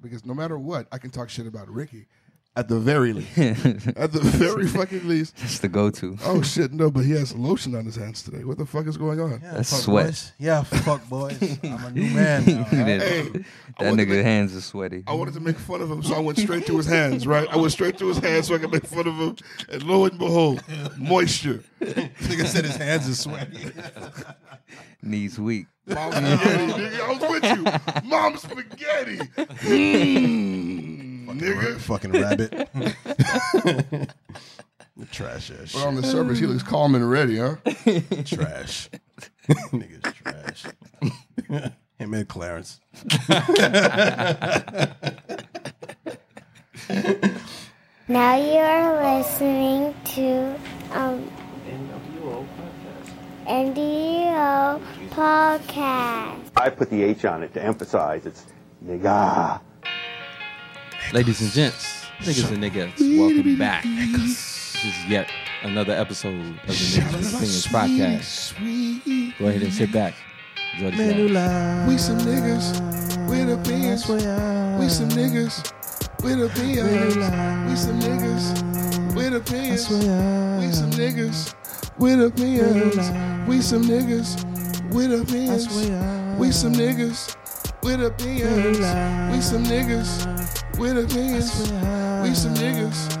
because no matter what, I can talk shit about Ricky. At the very least, That's at the very fucking least. the go-to. Oh shit, no! But he has lotion on his hands today. What the fuck is going on? That's fuck sweat. Boys. Yeah, fuck boys. I'm a new man now. that I that wanted nigga to- hands are sweaty. I wanted to make fun of him, so I went straight to his hands, right? I went straight to his hands so I could make fun of him. And lo and behold, moisture. Nigga said his hands are sweaty. Knees weak. Mom's spaghetti, nigga. I was with you. Mom's spaghetti. Mm, nigga. Fucking rabbit. trash ass But shit. on the surface, he looks calm and ready, huh? Trash. Nigga's trash. Him and Clarence. Now you are listening to um, NWO podcast. I put the H on it to emphasize it's nigga. Ladies and gents, niggas and niggas, welcome back. This is yet another episode of the Niggas and Singers podcast. Sweet. Go ahead and sit back. Enjoy the show. We some niggas. We the beans. We some niggas. We the beans. We some niggas. We the beans. We some niggas. We the beans. We some niggas. We the beans. We some niggas. We the beans. We some niggas. We the beans. We some niggas.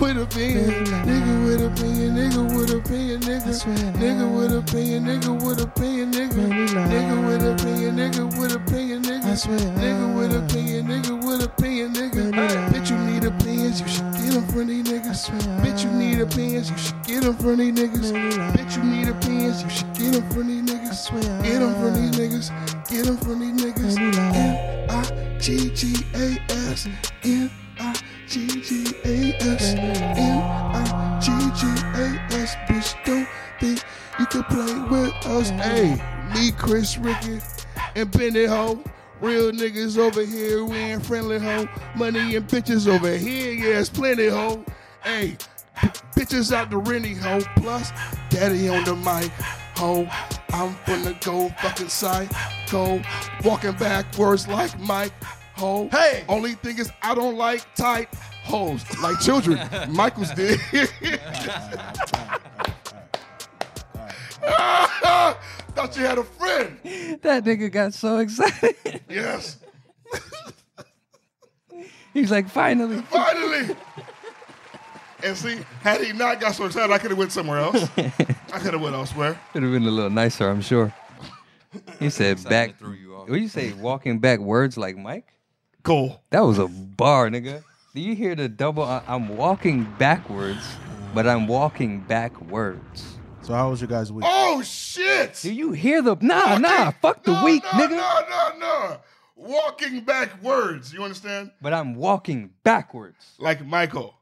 With a pen, nigga with a pen, nigga with a pen, nigga, nigga with a pen, nigga with a pen, nigga, nigga with a pen, nigga with a pen, nigga, nigga with a pen, nigga with a pen, nigga. Bitch, you need a pants, you should get them from these niggas. Bitch, you need a pants, you should get them from these niggas. Bitch, you need a pants, you should get them from these niggas. Get them from these niggas, get them from these niggas. N I G G A S N I G G A S N I G G A S. Bitch, don't think you can play with us. Hey, me, Chris Ricky, and Benny Ho. Real niggas over here, we ain't friendly ho. Money and bitches over here, yeah, it's plenty ho. Hey, b- bitches out the renty ho. Plus, daddy on the mic ho. I'm finna go fucking psycho. Walking backwards like Mike ho. Hey, only thing is I don't like tight hoes like children. Michael's did. Thought you had a friend. That nigga got so excited. Yes. He's like, finally. Finally. And see, had he not got so excited, I could have went somewhere else. I could have went elsewhere. Could have been a little nicer, I'm sure. He said back. threw you off. What you say? Walking back words like Mike? Cool. That was a bar, nigga. Do you hear the double? I- I'm walking backwards, but I'm walking backwards. So how was your guys' week? Oh shit! Do you hear the nah nah? Hey, Fuck the no, week, no, nigga. No, no, no. Walking backwards. You understand? But I'm walking backwards. Like Michael.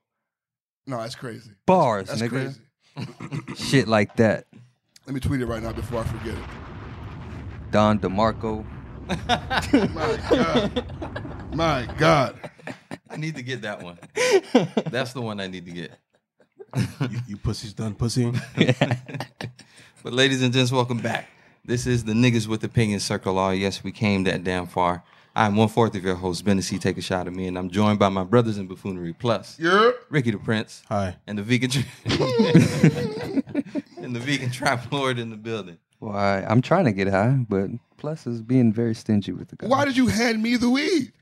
No, that's crazy. Bars, That's nigga. crazy. Shit like that. Let me tweet it right now before I forget it. Don DeMarco. My God. My God. I need to get that one. That's the one I need to get. You, you pussies done pussy. But ladies and gents, welcome back. This is the Niggas with Opinion Circle Law. Yes, we came that damn far. I'm one fourth of your host, Bennessy. Take a shot at me, and I'm joined by my brothers in buffoonery. Plus, Yeah. Ricky the Prince. Hi. And the vegan, tri- and the vegan trap lord in the building. Why? I'm trying to get high, but plus is being very stingy with the guy. Why did you hand me the weed?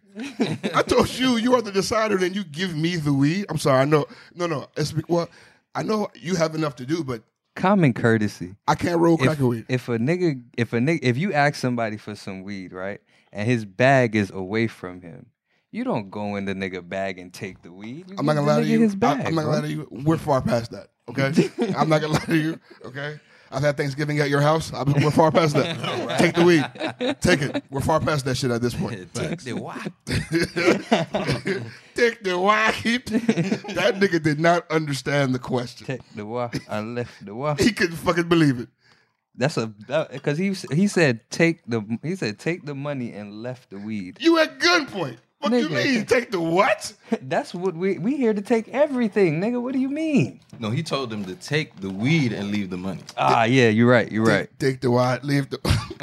I told you you are the decider, and you give me the weed. I'm sorry. I know. No, no. It's be- well. I know you have enough to do, but Common courtesy. I can't roll If, cracker weed. if a nigga, if a nigga, if you ask somebody for some weed, right, and his bag is away from him, you don't go in the nigga bag and take the weed. I'm not gonna lie to you. His I, bag, am not gonna lie bro. to you. We're far past that. Okay. I'm not gonna lie to you. Okay. I've had Thanksgiving at your house. I'm, we're far past that. Take the weed. Take it. We're far past that shit at this point. Take the whack. Take the weed. that nigga did not understand the question. Take the wa. I left the wa. He couldn't fucking believe it. That's a because he he said take the he said take the money and left the weed. You at gunpoint. What you Nigga. mean? Take the what? That's what we we here to take everything, nigga. What do you mean? No, he told them to take the weed and leave the money. Ah, yeah, you're right. You're right. Take, take the wide, leave the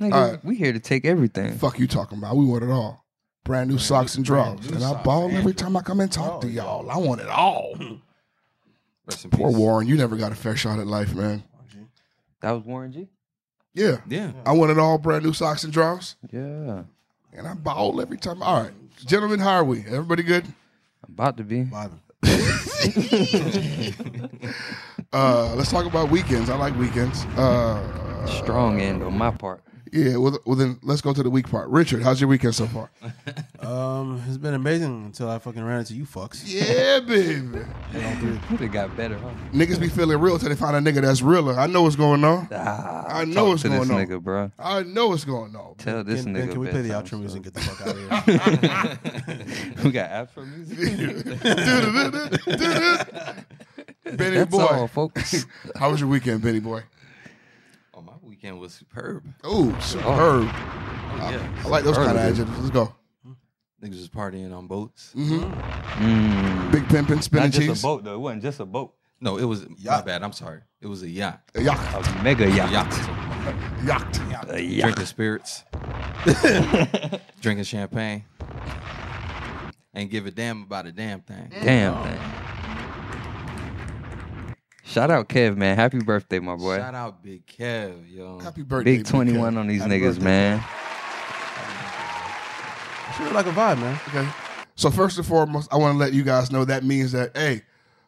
Nigga, All right. we here to take everything. fuck you talking about. We want it all. brand new socks and drawers. new And I socks ball and every time I come and talk to y'all. I want it all. Rest in Poor peace. Warren, you never got a fair shot at life, man. That was Warren G. Yeah. Yeah. I wanted all brand new socks and drawers. Yeah, And I ball every time. All right. Gentlemen, how are we? Everybody good? about to be. Vibing. Uh, let's talk about weekends. I like weekends. Uh, Strong end on my part. yeah, well, well, then let's go to the week part. Richard, how's your weekend so far? Um, it's been amazing until I fucking ran into you fucks. yeah, baby. It got better, huh? Niggas be feeling real till they find a nigga that's realer. I know what's going on. Ah, I know talk what's to this going on. nigga, bro. I know what's going on. Tell this Can, nigga. ben, can we play the bedtime outro music and story. get the fuck out of here? we got Afro music. Benny That's boy, all, folks. how was your weekend, Benny boy? Oh, my weekend was superb. Ooh, superb. Oh, yeah. I like those kind of Superb. adjectives. Let's go. Niggas was partying on boats. Mm. Big pimpin', Not spinach just cheese. a boat though. It wasn't just a boat. No, it was my Yacht. bad. I'm sorry. It was a yacht. Yacht, A mega yacht. A yacht. yacht. A Drinking yacht. spirits. Drinking champagne. And give a damn about a damn thing. Damn thing. Shout out Kev, man. Happy birthday, my boy. Shout out Big Kev, yo. Happy birthday. Big 21 on these Happy niggas, birthday, man. She look like a vibe, man. Okay. So first and foremost, I want to let you guys know that means that hey,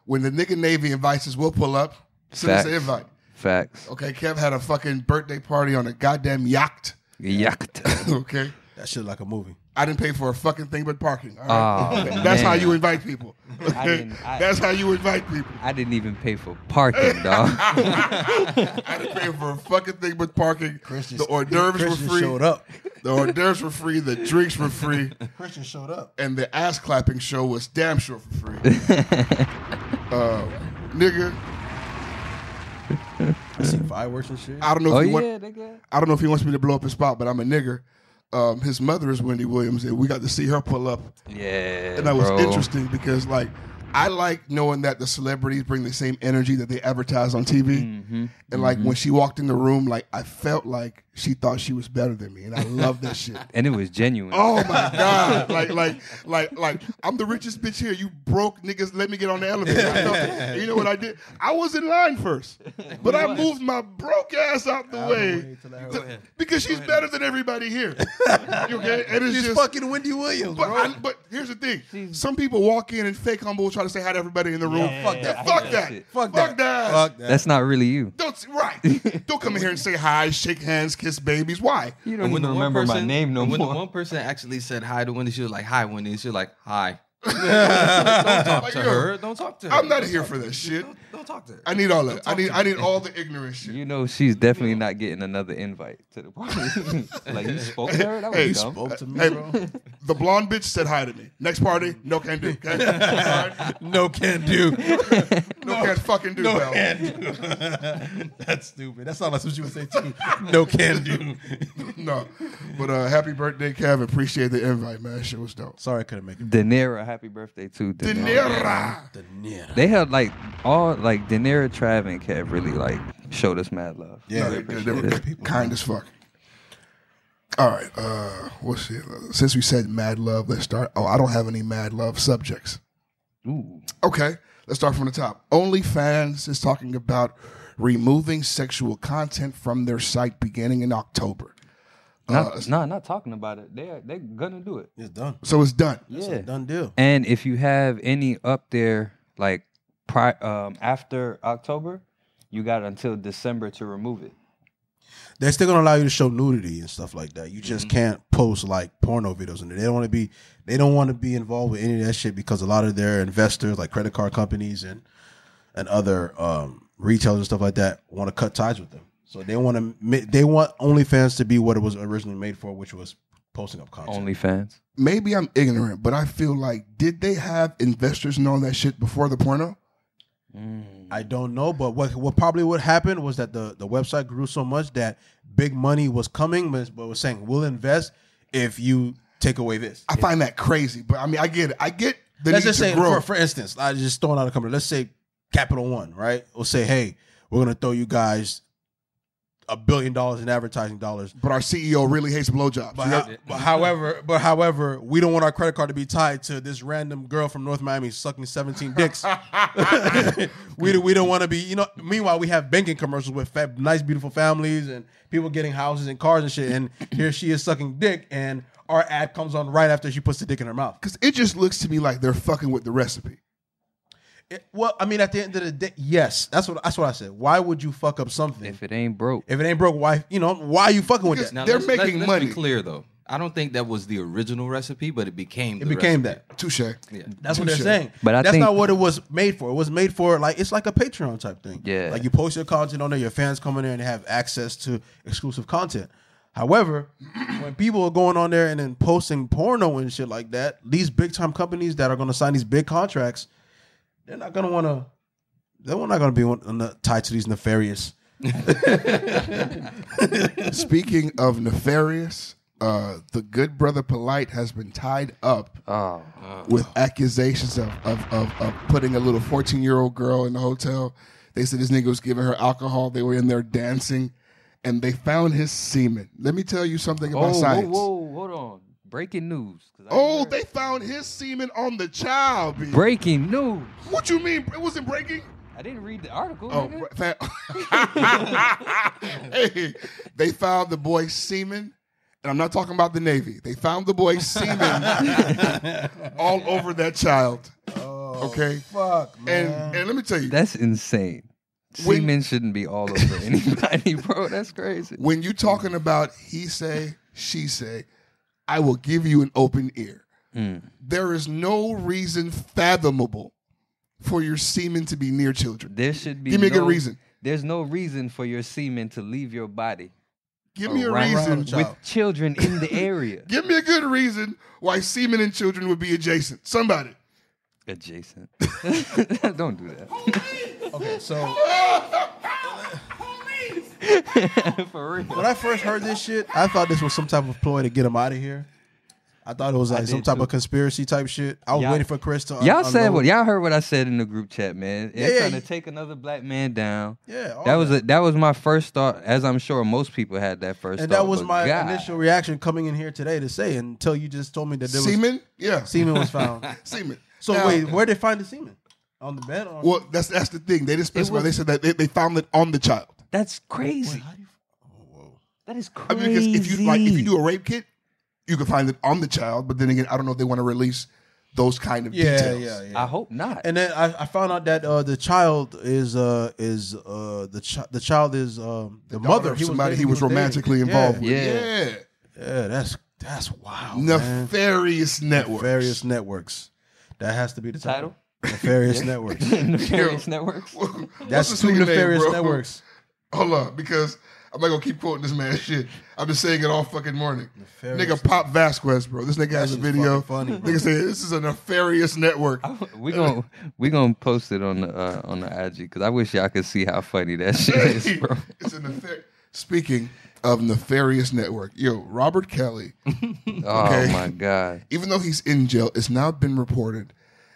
when the nigga Navy invites us, we'll pull up. Send us an Facts. invite. Facts. Okay, Kev had a fucking birthday party on a goddamn yacht. Yacht. Okay. That shit like a movie. I didn't pay for a fucking thing but parking. All right? Oh, That's how man. you invite people. I didn't- I- That's how you invite people. I didn't even pay for parking, dog. I didn't pay for a fucking thing but parking. Christian- the hors d'oeuvres Christian were free. showed up. The hors d'oeuvres were free. The drinks were free. Christian showed up. And the ass clapping show was damn sure for free. uh, nigga, I seen fireworks and shit. I don't know if oh, you yeah, want. nigga. I don't know if he wants me to blow up his spot, but I'm a nigger. Um, his mother is Wendy Williams, and we got to see her pull up, Yeah. and that was bro. interesting because, like, I like knowing that the celebrities bring the same energy that they advertise on TV. Mm-hmm. And like when she walked in the room, like I felt like she thought she was better than me, and I love that shit. And it was genuine. Oh my god! Like like like like I'm the richest bitch here. You broke niggas. Let me get on the elevator. I felt it. you know what I did? I was in line first, but I moved my broke ass out the way till I- to- because she's better than everybody here. You okay? And it's just. fucking Wendy Williams, but, I- but here's the thing: some people walk in and fake humble, try to say hi to everybody in the room. Yeah, fuck that! I fuck hate that that! shit. Fuck that. that! Fuck that. That's not really you. Don't right. Don't come in here and say hi, shake hands, kiss babies. Why? You And don't even the one remember my person- name no and when more. the one person actually said hi to Wendy, she was like, "Hi, Wendy." and She was like, "Hi." don't talk Like, to yo, her. Don't talk to her. I'm not Don't here talk- for that shit. Don't, don't talk to her. I need all that. I need I need all the ignorant shit. you know she's definitely not getting another invite to the party. like you spoke to her, that was Hey, you dumb. spoke to me, Hey, bro. the blonde bitch said hi to me. Next party, no can do. Okay? Alright? No can do. No, can fucking do. No pal. can do. That's stupid. That sounds like what you would say too. No can do. No. But uh, happy birthday, Kev. Appreciate the invite, man. Shit was dope. Sorry, I couldn't make it. De Niro, happy birthday too. De Niro. Dinera. The near. They had like all like De Niro, Trav, and Kev really like showed us mad love. No, Yeah, they, they they- they were good people. Kind as fuck. All right. Uh, what's it? Since we said mad love, let's start. Oh, I don't have any mad love subjects. Ooh, Okay, let's start from the top. OnlyFans is talking about removing sexual content from their site beginning in October. not, nah, not talking about it. They are, they gonna do it. It's done. So it's done. Yeah. Done deal. And if you have any up there like pri- um, after October, you got until December to remove it. They're still gonna allow you to show nudity and stuff like that. You just can't post like porno videos in there. They don't want to be. They don't want to be involved with any of that shit because a lot of their investors, like credit card companies and and other um, retailers and stuff like that, want to cut ties with them. So they want to. They want OnlyFans to be what it was originally made for, which was posting up content. OnlyFans. Maybe I'm ignorant, but I feel like did they have investors and all that shit before the porno? Mm-hmm. I don't know, but what what probably what happened was that the the website grew so much that big money was coming, but, but was saying we'll invest if you take away this. I find that crazy, but I mean, I get it. I get the Let's need just to say, grow. for, for instance, I just throwing out a company. Let's say Capital One, right? We'll say, hey, we're gonna throw you guys a billion dollars in advertising dollars. But our CEO really hates blowjobs. But, how- but however, but however, we don't want our credit card to be tied to this random girl from North Miami sucking seventeen dicks. we do, we don't want to be, you know. Meanwhile, we have banking commercials with fat, nice, beautiful families and people getting houses and cars and shit. And here she is sucking dick, and our ad comes on right after she puts the dick in her mouth. Because it just looks to me like they're fucking with the recipe. It- well, I mean, at the end of the day, yes, that's what that's what I said. Why would you fuck up something If it ain't broke, if it ain't broke? Why you know why are you fucking with Because that? now- They're making let's money. Be clear though, I don't think that was the original recipe, but it became. It became that. Touche. That's what they're Touche. saying. But I that's think- not what it was made for. It was made for like it's like a Patreon type thing. Yeah. like you post your content on there, your fans come in there and they have access to exclusive content. However, when people are going on there and then posting porno and shit like that, these big time companies that are going to sign these big contracts, they're not going to want to. They're not going to be on- on the- tied to these nefarious. Speaking of nefarious, uh, the good brother Polite has been tied up oh, with accusations of, of, of, of putting a little 14 year old girl in the hotel. They said this nigga was giving her alcohol. They were in there dancing and they found his semen. Let me tell you something about oh, whoa, science. whoa, hold on, breaking news. 'Cause I Oh, heard- they found his semen on the child. B. breaking news. what you mean? It wasn't breaking? I didn't read the article. Oh, nigga. fa- hey, they found the boy semen, and I'm not talking about the Navy. They found the boy semen all over that child. okay, Fuck and and let me tell you, that's insane. When- Semen shouldn't be all over anybody, bro. That's crazy. when you talking about he say, she say, I will give you an open ear. Hmm. There is no reason fathomable for your semen to be near children. There should be Give me a good no- reason. There's no reason for your semen to leave your body Give me a Around reason. child. with children in the area Give me a good reason why semen and children would be adjacent. Somebody. adjacent. Don't do that Okay, so. for real. When I first heard this shit, I thought this was some type of ploy to get him out of here. I thought it was like some did type too. of conspiracy type shit. I was Y'all- waiting for Chris to. un- Y'all said unload. what? Y'all heard what I said in the group chat, man. They're Yeah, yeah, trying to you- Oh, take another black man down. Yeah, all that was a, that was my first thought, as I'm sure most people had that first. And thought, that was but my God. initial reaction coming in here today to say until you just told me that there was Semen? Yeah. semen was found. Semen. So Now- wait, where would they find the semen? On the bed? Or Well, that's that's the thing. They didn't specify. was- they said that they, they found it on the child. That's crazy. That is oh, I crazy. mean, because if you like, if you do a rape kit, you can find it on the child. But then again, I don't know if they want to release those kind of yeah, details. yeah, yeah. I hope not. and then I, I found out that uh, the child is uh, is uh, the chi- the child is um, the, Daughter mother of he was somebody dating- he was dating. romantically Yeah, involved Yeah. with. Yeah, that's that's wild. Yeah. man. Nefarious network. Various networks. That has to be the title. Title? Nefarious networks. Nefarious networks. That's two nefarious networks. Hold on, because I'm not gonna keep quoting this man's shit. I've been saying it all fucking morning. Nefarious nigga Pop Vasquez, bro. This nigga has a shit's video. fucking funny, bro. nigga said this is a nefarious network. We gon' we gonna post it on the uh, on the IG because I wish y'all could see how funny that shit is, bro. it's a nefar- Speaking of nefarious network, yo, Robert Kelly, Oh Okay. my god, even though he's in jail, it's now been reported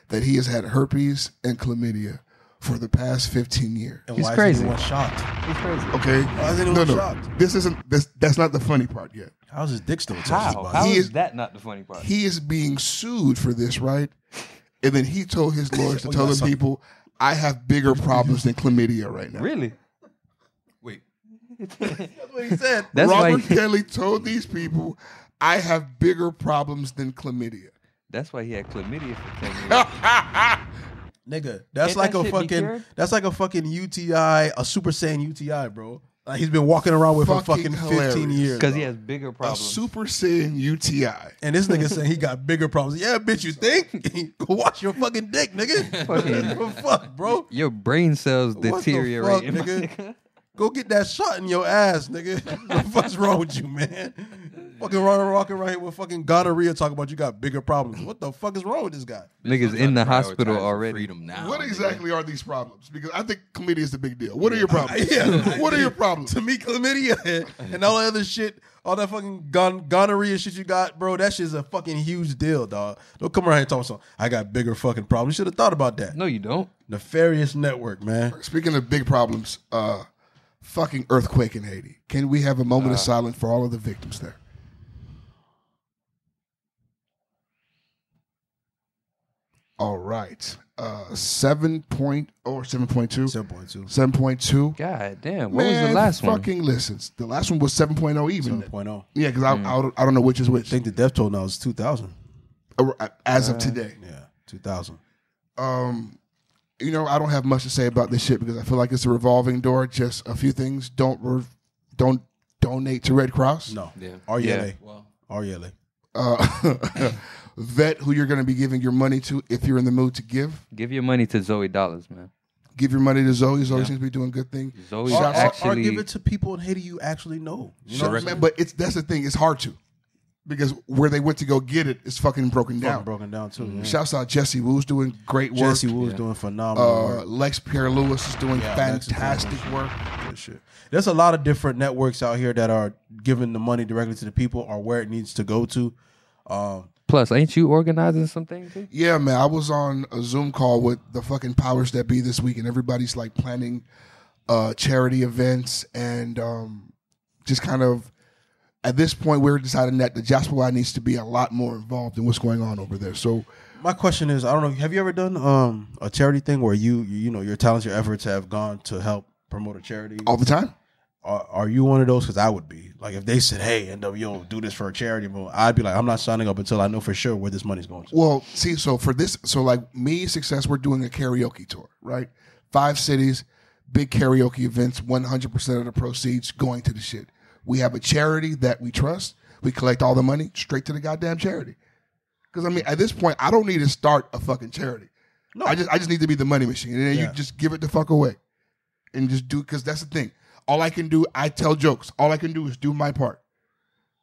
that he has had herpes and chlamydia for the past 15 years. And He's why is crazy. anyone shocked? it's crazy. Okay, is anyone no, no, shocked? this isn't. This, that's not the funny part yet. How's his dick still attached to How? his How body? He is, is- that not the funny part? he is being sued for this, right? And then he told his lawyers to Oh, tell yeah, the sorry. people, I have bigger problems than chlamydia right now. really? Wait, That's what he said. That's Robert why. Kelly told these people, I have bigger problems than chlamydia. That's why he had chlamydia for ten years. Nigga, that's Can't like that a shit be fucking cured? that's like a fucking UTI, a super saiyan UTI, bro. Like he's been walking around with for Fucking fucking fifteen hilarious. years. Because he has bigger A problems. super saiyan UTI. and this nigga saying he got bigger problems. Yeah, bitch, you think? Go wash your fucking dick, nigga. Fucking- fuck, bro. Your brain cells What the fuck, deteriorate. nigga? Go get that shot in your ass, nigga. what the fuck's wrong with you, man? Fucking running, walking right here with fucking gonorrhea talking about you got bigger problems. What the fuck is wrong with this guy? Niggas in the hospital Prioritizing already. Freedom now. What nigga. exactly are these problems? Because I think chlamydia is the big deal. What are your problems? What are your problems? To me, chlamydia and all that other shit, all that fucking gon- gonorrhea shit you got, bro, that shit's a fucking huge deal, dog. Don't come around here talking something. I got bigger fucking problems. You should have thought about that. No, you don't. Nefarious network, man. Speaking of big problems, uh, fucking earthquake in Haiti. Can we have a moment Uh. of silence for all of the victims there? All right. Uh, 7 point, or 7.2. 7.2. 7.2. God damn. What was Man, the last one? fucking listens. The last one was 7.0 even. 7.0. Yeah, because I, Mm. I, don't- I don't know which is I which think the death toll now is 2,000. uh, as of today. Yeah, 2,000. um, you know, I don't have much to say about this shit because I feel like it's a revolving door. Just a few things. Don't re- don't donate to Red Cross. No. Yeah. RELA. Well, RELA. Uh, vet who you're going to be giving your money to if you're in the mood to give. Give your money to Zoe Dollars, man. Give your money to Zoe. Zoe seems to be doing good thing. Zoe Shout out- Or, or actually. give it to people in Haiti you actually know. You know Shout- what I'm saying? man, but it's that's the thing. It's hard to because where they went to go get it is fucking broken Fucking down. broken down too. yeah. Shouts out Jesse Woo's doing great work. Jesse Wu is doing phenomenal uh, work. Lex Pierre Lewis is doing Yeah, Lex is doing fantastic good work. Good shit. There's a lot of different networks out here that are giving the money directly to the people or where it needs to go to. Um, Plus, ain't you organizing something too? Yeah, man. I was on a Zoom call with the fucking powers that be this week, and everybody's like planning uh, charity events and um, just kind of. At this point, we're deciding that the Jasper needs to be a lot more involved in what's going on over there. So, my question is, I don't know, have you ever done um, a charity thing where you, you you know your talents, your efforts have gone to help promote a charity? all the time, are, are you one of those? Because I would be. Like if they said, "Hey, NWO, do this for a charity," well, I'd be like, "I'm not signing up until I know for sure where this money's going to." Well, see, so for this, so like me, success, we're doing a karaoke tour, right? Five cities, big karaoke events, 100% of the proceeds going to the shit. We have a charity that we trust. We collect all the money straight to the goddamn charity. Because I mean, at this point, I don't need to start a fucking charity. No, I just I just need to be the money machine, and then Yeah. you just give it the fuck away, and just do because that's the thing. All I can do, I tell jokes. All I can do is do my part.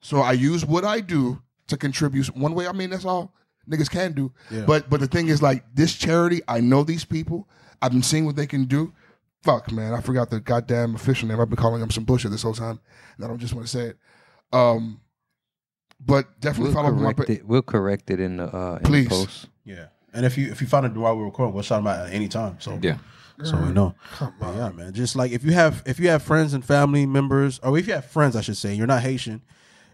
So I use what I do to contribute one way. I mean, that's all niggas can do. Yeah. But but the thing is, like this charity, I know these people. I've been seeing what they can do. Fuck, man, I forgot the goddamn official name. I've been calling them some bullshit this whole time, and I don't just want to say it. Um, but definitely We'll follow up with my. correct it. We'll correct it in the uh, in the Please. post. Yeah. And if you if you find it while we're recording, we'll shout them out at any time. So yeah. so we know. But yeah, man. Just like if you have if you have friends and family members, or if you have friends, I should say, you're not Haitian.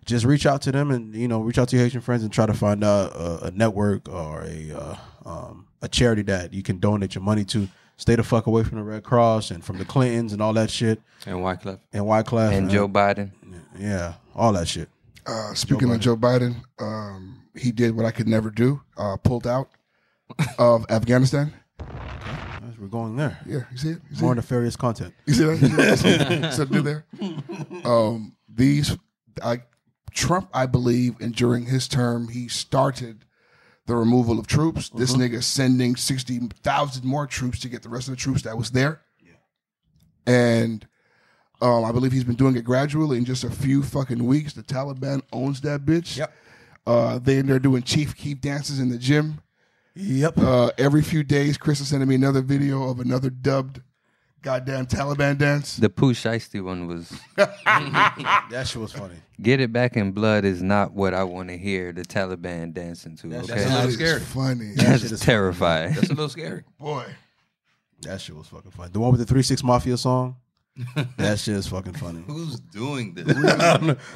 Just reach out to them and you know reach out to your Haitian friends and try to find out a, a network or a uh, um, a charity that you can donate your money to. Stay the fuck away from the Red Cross and from the Clintons and all that shit And Wyclef. and Wyclef And man. Joe Biden. Yeah, all that shit. Uh, speaking of Joe Biden, um, he did what I could never do, uh, pulled out of Afghanistan. Guys, We're going there. Yeah, you see it? You see, More it? nefarious content. You see that? You see that? So do there. Um, these, I, Trump, I believe, and during his term, he started the removal of troops. This nigga sending 60,000 more troops to get the rest of the troops that was there. And um, I believe he's been doing it gradually. In just a few fucking weeks, the Taliban owns that bitch. Yep. Uh, they and they're doing chief keep dances in the gym. Yep. Uh, every few days, Chris is sending me another video of another dubbed goddamn Taliban dance. The Pooh Shiesty one was that shit was funny. Get It Back in Blood is not what I want to hear the Taliban dancing to. That's- okay. that's That I'm is scared. funny. That's, shit is- terrifying. That's a little scary. Boy. That shit was fucking funny. The one with the three six mafia song. That shit is fucking funny. Who's doing this?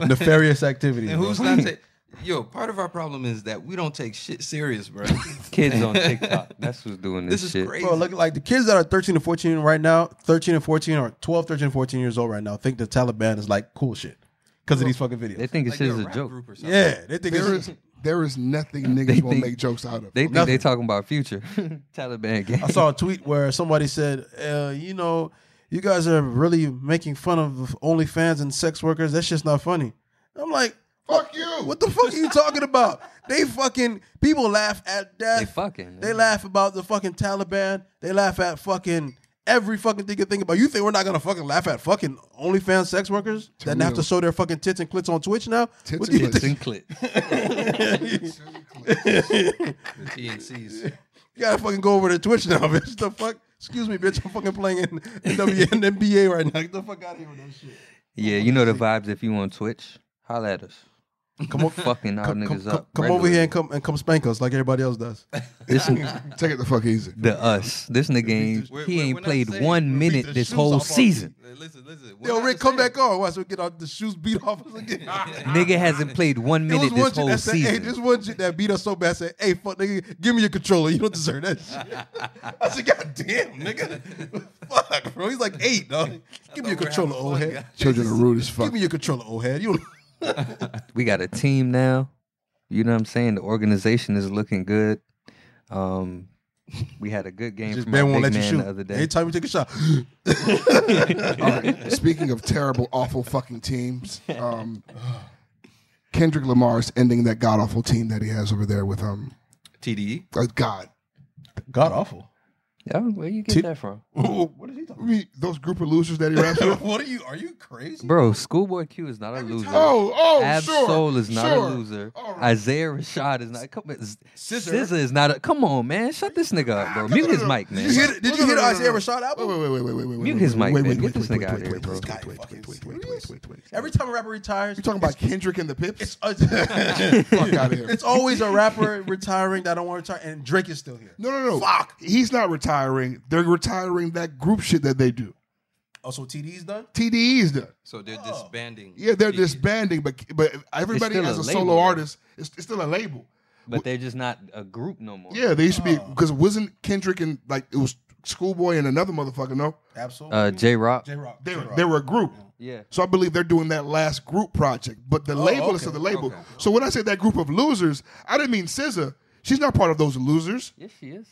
Nefarious activity. and bro. who's not taking? Yo, part of our problem is that we don't take shit serious, bro. Kids on TikTok. That's who's doing this, this is shit. crazy. Bro, look like the kids that are 13 and 14 right now, 13 and 14 or 12, 13, 14 years old right now, think the Taliban is like cool shit because of these fucking They videos. think Like it's they're just a rap joke. group or something. Yeah, they think There it's. is there is nothing niggas They won't think- make jokes out of. They think Nothing. they talking about future Taliban gang. I saw a tweet where somebody said, uh, you know, you guys are really making fun of OnlyFans and sex workers. That's just not funny. I'm like, Fuck you. What the fuck are you talking about? They fucking people laugh at death. They fucking, They yeah. laugh about the fucking Taliban. They laugh at fucking every fucking thing you think about. You think we're not gonna fucking laugh at fucking OnlyFans sex workers that have real. to show their fucking tits and clits on Twitch now? Tits What and do you clits. think? Sin clip. The TNCs. You gotta fucking go over to Twitch now, bitch. The fuck? Excuse me, bitch. I'm fucking playing in WNBA right now. Get the fuck out of here with that shit. Yeah, you know the vibes if you on Twitch. Holla at us. Come on, Fucking our come, niggas come- up. come over regularly. here and come and come spank us like everybody else does. This Take it the fuck easy. the us. This nigga ain't We're- he we're- ain't we're not played saying one we'll minute the this shoes whole off our season. Listen, listen. Yo, Rick, come back on. Watch we get our the shoes beat off us again. Nigga hasn't played one It was minute one this chick whole that said, "Hey, this season. one chick that beat us so bad said, hey, fuck, nigga, give me your controller. You don't deserve that shit.'" I said, "God damn, nigga, fuck, bro." He's like eight, dog. Give me your controller, old head. Children are rude as Give fuck. me your controller, old head. You don't- We got a team now. You know what I'm saying? The organization is looking good. Um, we had a good game just from man our won't let big you man shoot. the other day. Anytime you take a shot, All right. Speaking of terrible, awful fucking teams, um, Kendrick Lamar is ending that god awful team that he has over there with um TDE. uh, God. god awful. Yeah, where you get that from, what is he talking? I mean, those group of losers that he raps with. What are you? Are you crazy? bro? Schoolboy Q is not a loser. Oh, oh, sure. Absol is not sure. a loser. All right. Isaiah Rashad is not. Come, Scissor is not. A, come on, man, shut this nigga up, bro. Mute his mic, Did man. you hear? the- Did you hear the Isaiah Rashad Wait, album? wait, wait, wait, wait, wait, wait. Mute wait, his wait, mic, wait, man. wait, Get wait, this wait, nigga out wait, of here, wait, bro. wait, Guy wait, fucking wait, wait, wait, serious. wait, wait, wait. Every time a rapper retires, You talking about Kendrick and the Pips? It's, it's, Fuck outta here. it's always a rapper retiring that I don't want to retire, and Drake is still here. No, no, no. Fuck. He's not retiring. They're retiring that group shit that they do. Also, TD's done. TDE's done. So they're Oh. disbanding. E. Yeah, they're TDE. disbanding, but but everybody still as a a label, solo though. artist, it's, it's still a label. But they're just not a group no more. Yeah, they used to be Oh. because wasn't Kendrick and like it was Schoolboy and another motherfucker. No, Absolutely. Uh, J Rock. J Rock. they were they were a group. Yeah. So I believe they're doing that last group project, but the Oh, label is okay, still the label. So when I said that group of losers, I didn't mean SZA. She's not part of those losers. Yes, she is.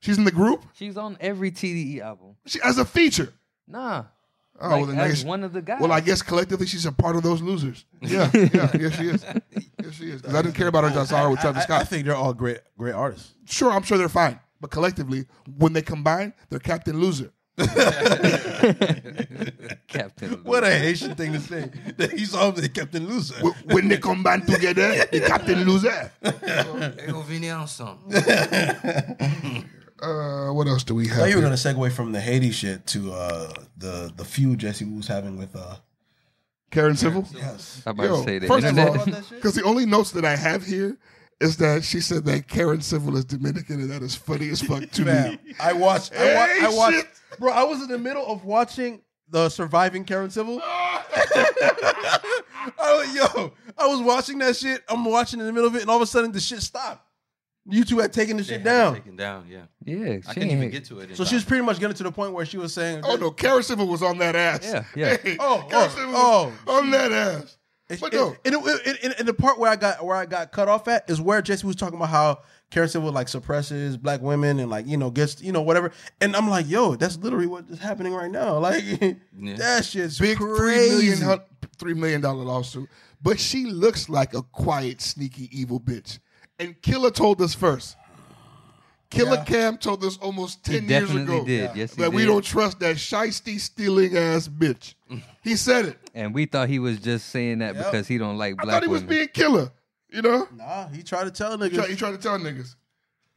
She's in the group. She's on every TDE album. She as a feature. Nah. Oh, Like, well, then I as guess- one of the guys. Well, I guess collectively she's a part of those losers. Yeah, yeah, yeah, she is. Yes, she is. Because I didn't care about her until I saw her with Travis Oh, I, Scott. I think they're all great, great artists. sure, I'm sure they're fine. But collectively, when they combine, they're Captain Loser. Captain. What a Haitian thing to say. He's always the Captain Loser. Wh- When they combine together, the Captain Loser. They gonna venir on something. Uh, what else do we I thought have? you were gonna segue from the Haiti shit to uh, the the feud Jesse Wu was having with. Uh, Karen Civil. yes. I'm about Yo, to say that. first of all, Internet- because the only notes that I have here is that she said that Karen Civil is Dominican, and that is funny as fuck to Fam, me. I watched. I, wa- Hey, I watched. shit. Bro, I was in the middle of watching the surviving Karen Civil. I was, yo, I was watching that shit. I'm watching in the middle of it, and all of a sudden the shit stopped. YouTube had taken the They shit had it down. Taken down. Yeah. yeah, I she couldn't even ain't- get to it. in So she time. was pretty much getting to the point where she was saying, Oh no, Karen Civil was on that ass. Yeah, yeah. Hey, Oh, Karen oh, Civil was oh, on that ass. It's- But it- no, and, it- it- and- and the part where I got where I got cut off at is where Jesse was talking about how Karen Civil like suppresses black women and like you know gets you know whatever, and I'm like, yo, that's literally what is happening right now. Like that shit's big three crazy. million hu- three million dollar lawsuit. But she looks like a quiet, sneaky, evil bitch. And Killer told us first. Killer Yeah. Cam told us almost He ten years definitely ago did. Yes, he that we did. don't trust that shisty stealing ass bitch. He said it. And we thought he was just saying that because he don't like I black thought he was women. being killer. You know, Nah, he tried to tell he tried, he niggas. tried to tell niggas.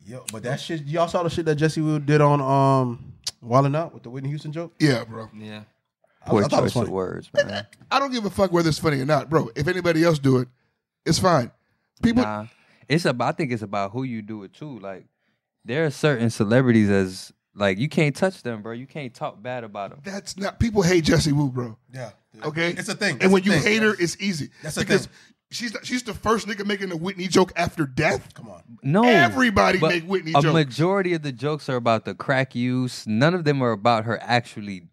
Yo, but that shit, y'all saw the shit that Jesse Will did on um Wildin' Out with the Whitney Houston joke. Yeah, bro. Yeah. Poor I thought it was choice of funny. words, man. I don't give a fuck whether it's funny or not, bro. If anybody else do it, it's fine. People, Nah, it's about. I think it's about who you do it to. Like, there are certain celebrities as like you can't touch them, bro. You can't talk bad about them. that's not. People hate Jesse Wu, bro. Yeah, Okay, It's a thing. And when It's a you thing. hate her, it's easy. That's a because thing. she's the, she's the first nigga making a Whitney joke after death. Come on, No, Everybody but make Whitney A jokes. majority of the jokes are about the crack use. None of them are about her actually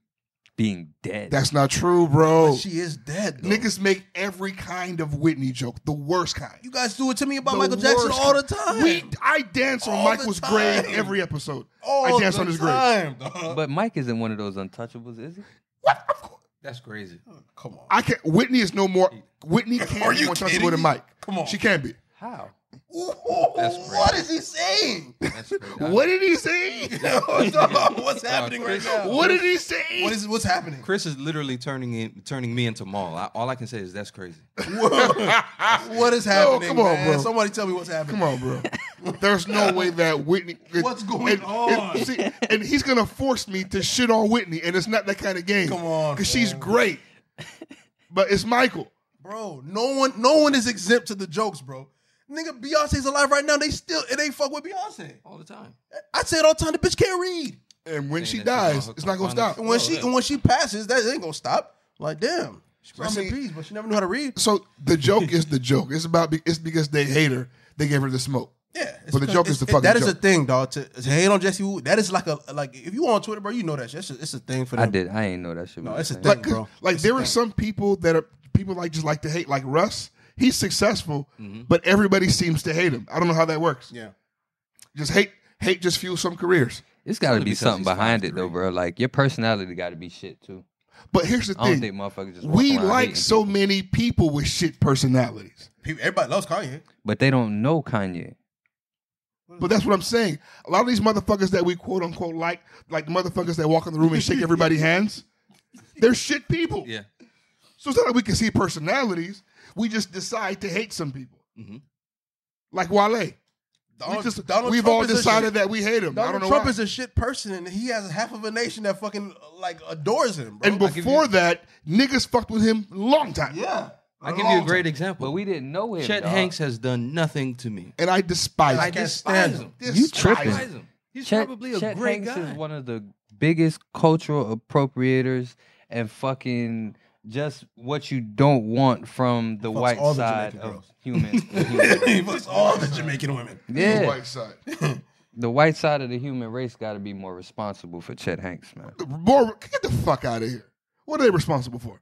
being dead. That's not true, bro. she is dead. though. Niggas make every kind of Whitney joke, the worst kind. you guys do it to me about The Michael Jackson worst all the kind. time. We, I dance on All the Michael's grave time. every episode. all I dance on his grave. grave. but Mike isn't one of those untouchables, is he? What? Of course. That's crazy. Come on. I can't. Whitney is no more. Whitney can't Are be you more kidding touchable than me? Mike. Come on. she can be. How? That's crazy. what is he saying? That's crazy. What did he say? what's happening right now? what did he say? What is what's happening? Chris is literally turning in, turning me into Maul. I, all I can say is that's crazy. What is No, happening? come on, man? bro. Somebody tell me what's happening. Come on, bro. There's no way that Whitney. What's going and, on? And, see, and he's gonna force me to shit on Whitney, and it's not that kind of game. Come on, because she's man. great, but it's Michael. Bro, no one, no one is exempt to the jokes, bro. Nigga, Beyonce's alive right now. They still, and they fuck with Beyonce. all the time. I say it all the time. The bitch can't read. And when she Saying that she dies, gonna it's not gonna hook up on stop. And when she, and when she passes, that ain't gonna stop. Like, damn. Rest I mean- in peace, but she never knew how to read. So the joke is the joke. It's about be- it's because they hate her. They gave her the smoke. Yeah, But the because- joke is it's- the it- fucking That is joke. a thing, dog. To, to hate on Jesse Wu, that is like a like if you on Twitter, bro, you know that shit. It's a, it's a thing for I them. did. I ain't know that shit. No, it's was a saying. thing. Like, 'cause- bro. like there are some people that are people like just like to hate. Like Russ, he's successful, but everybody seems to hate him. I don't know how that works. Yeah, Just hate, hate just fuels some careers. It's got to Only be because something he's behind it 5'3". though, bro. Like your personality got to be shit too. But here's the I thing: don't think motherfuckers just walk we around like hating so many people with shit personalities. People, everybody loves Kanye. but they don't know Kanye. But that's what I'm saying. A lot of these motherfuckers that we quote unquote like, like the motherfuckers that walk in the room and shake everybody's hands, they're shit people. Yeah. So it's not like we can see personalities. We just decide to hate some people. Mhm. Like Wale. we Donald- just, Oh, Donald we've Trump all is a decided shit- that we hate him. Donald I don't know Trump why. is a shit person, and he has half of a nation that fucking like adores him, bro. and Like, if before you- that, niggas fucked with him long time. yeah, I give you a great example. But we didn't know him. Chet dog. Hanks has done nothing to me. And I despise I him. can't stand him. Despise You tripping. him. Despise him. He's Chet, probably a Chet great Hanks guy. is one of the biggest cultural appropriators and fucking just what you don't want from the Fucks white all the side Jamaican of girls. human. he fucks all the Jamaican women. The yeah, white side. the white side of the human race got to be more responsible for Chet Hanks, man. More, get the fuck out of here. What are they responsible for?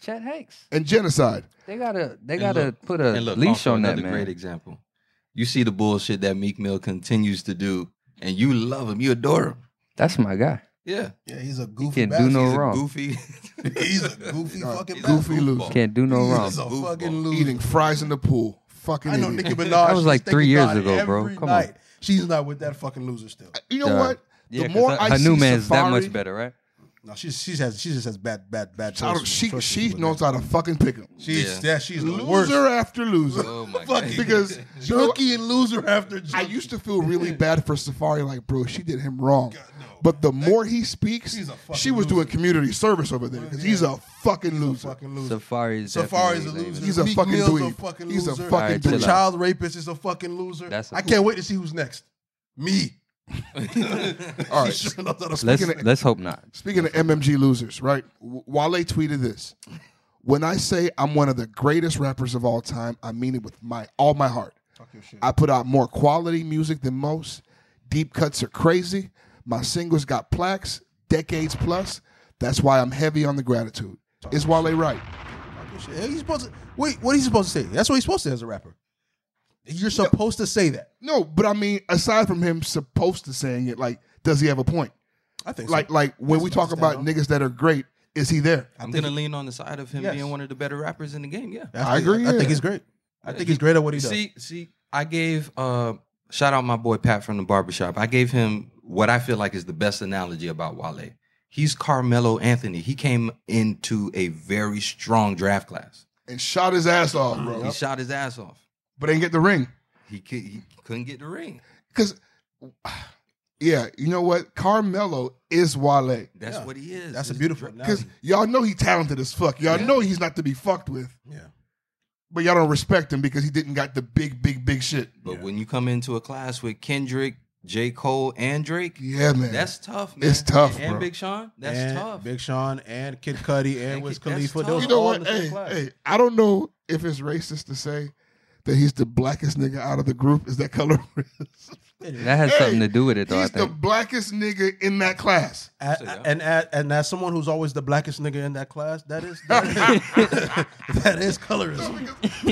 Chet Hanks, And genocide. they gotta they And gotta look- put a and look, leash also on that another man. Great example. You see the bullshit that Meek Mill continues to do, and you love him, you adore him. That's my guy. Yeah, Yeah, he's a goofy. can't do bastard. no he's wrong. a goofy. He's a goofy fucking He's a bastard. Goofy loser. goofball. Can't do no wrong. He's a Goofball. fucking loser. Eating fries in the pool. Fucking I know idiot. Nicki Minaj. That was like she's three thinking years about it ago, bro. every Come on. night. she's not with that fucking loser still. You know Duh. what? Yeah, the 'cause more her, I her see new man's Safari, that much better, right? No, she's she's has she just has bad bad bad. I don't- choices- she choices she with knows that. how to fucking pick them. She's Yeah. yeah, she's the worst. Loser after loser. Oh my god! Fucking Because junkie and loser after I junkie. used to feel really bad for Safari, like bro, she did him wrong. But the more he speaks, He's a fucking she was doing community service over there because he's a fucking loser. fucking loser. Safari's Safari's a definitely lame. loser. He's a Meek fucking Mill's a dweeb. fucking He's a loser. fucking Alright, The chill out. child rapist is a fucking loser. That's a- I can't wait to see who's next. Me. All right. Sure knows how to Let's speak in a- let's hope not. Speaking of MMG losers, right? W- Wale tweeted this: "When I say I'm one of the greatest rappers of all time, I mean it with my all my heart. I put out more quality music than most. Deep cuts are crazy. My singles got plaques, decades plus. That's why I'm heavy on the gratitude." Is Wale right? Shit, He's supposed to wait. What he's supposed to say? That's what he's supposed to say as a rapper. You're supposed to say that. No, but I mean, aside from him supposed to saying it, like, does he have a point? I think. Like, so. like when That's we what I talk about stand on. niggas that are great, is he there? I'm gonna lean on the side of him Yes. being one of the better rappers in the game. Yeah. That's I the- agree, I, yeah. think he's great. I Yeah, think he- he's great at what he does. See, see, I gave uh shout out my boy Pat from the barbershop. I gave him what I feel like is the best analogy about Wale. He's Carmelo Anthony. He came into a very strong draft class. And shot his ass off, Mm. bro. He shot his ass off. But ain't get the ring. He, could, he couldn't get the ring. Because, yeah, you know what? Carmelo is Wale. That's Yeah. what he is. That's a He's beautiful. dra- Because y'all know he talented as fuck. Y'all Yeah. know he's not to be fucked with. Yeah. But y'all don't respect him because he didn't got the big, big, big shit. But Yeah. when you come into a class with Kendrick, J. Cole, and Drake, Yeah, man. that's tough, man. It's tough, And bro. Big Sean, that's and tough. Big Sean and Kid Cudi and Wiz Kid- that's Khalifa. tough. Those you know all what? in the same Hey, class. hey, I don't know if it's racist to say that he's the blackest nigga out of the group. Is that color? That has something to do with it, though. I He's the think. blackest nigga in that class. A- So, yeah. and a- and as someone who's always the blackest nigga in that class, that is that is, that is colorism.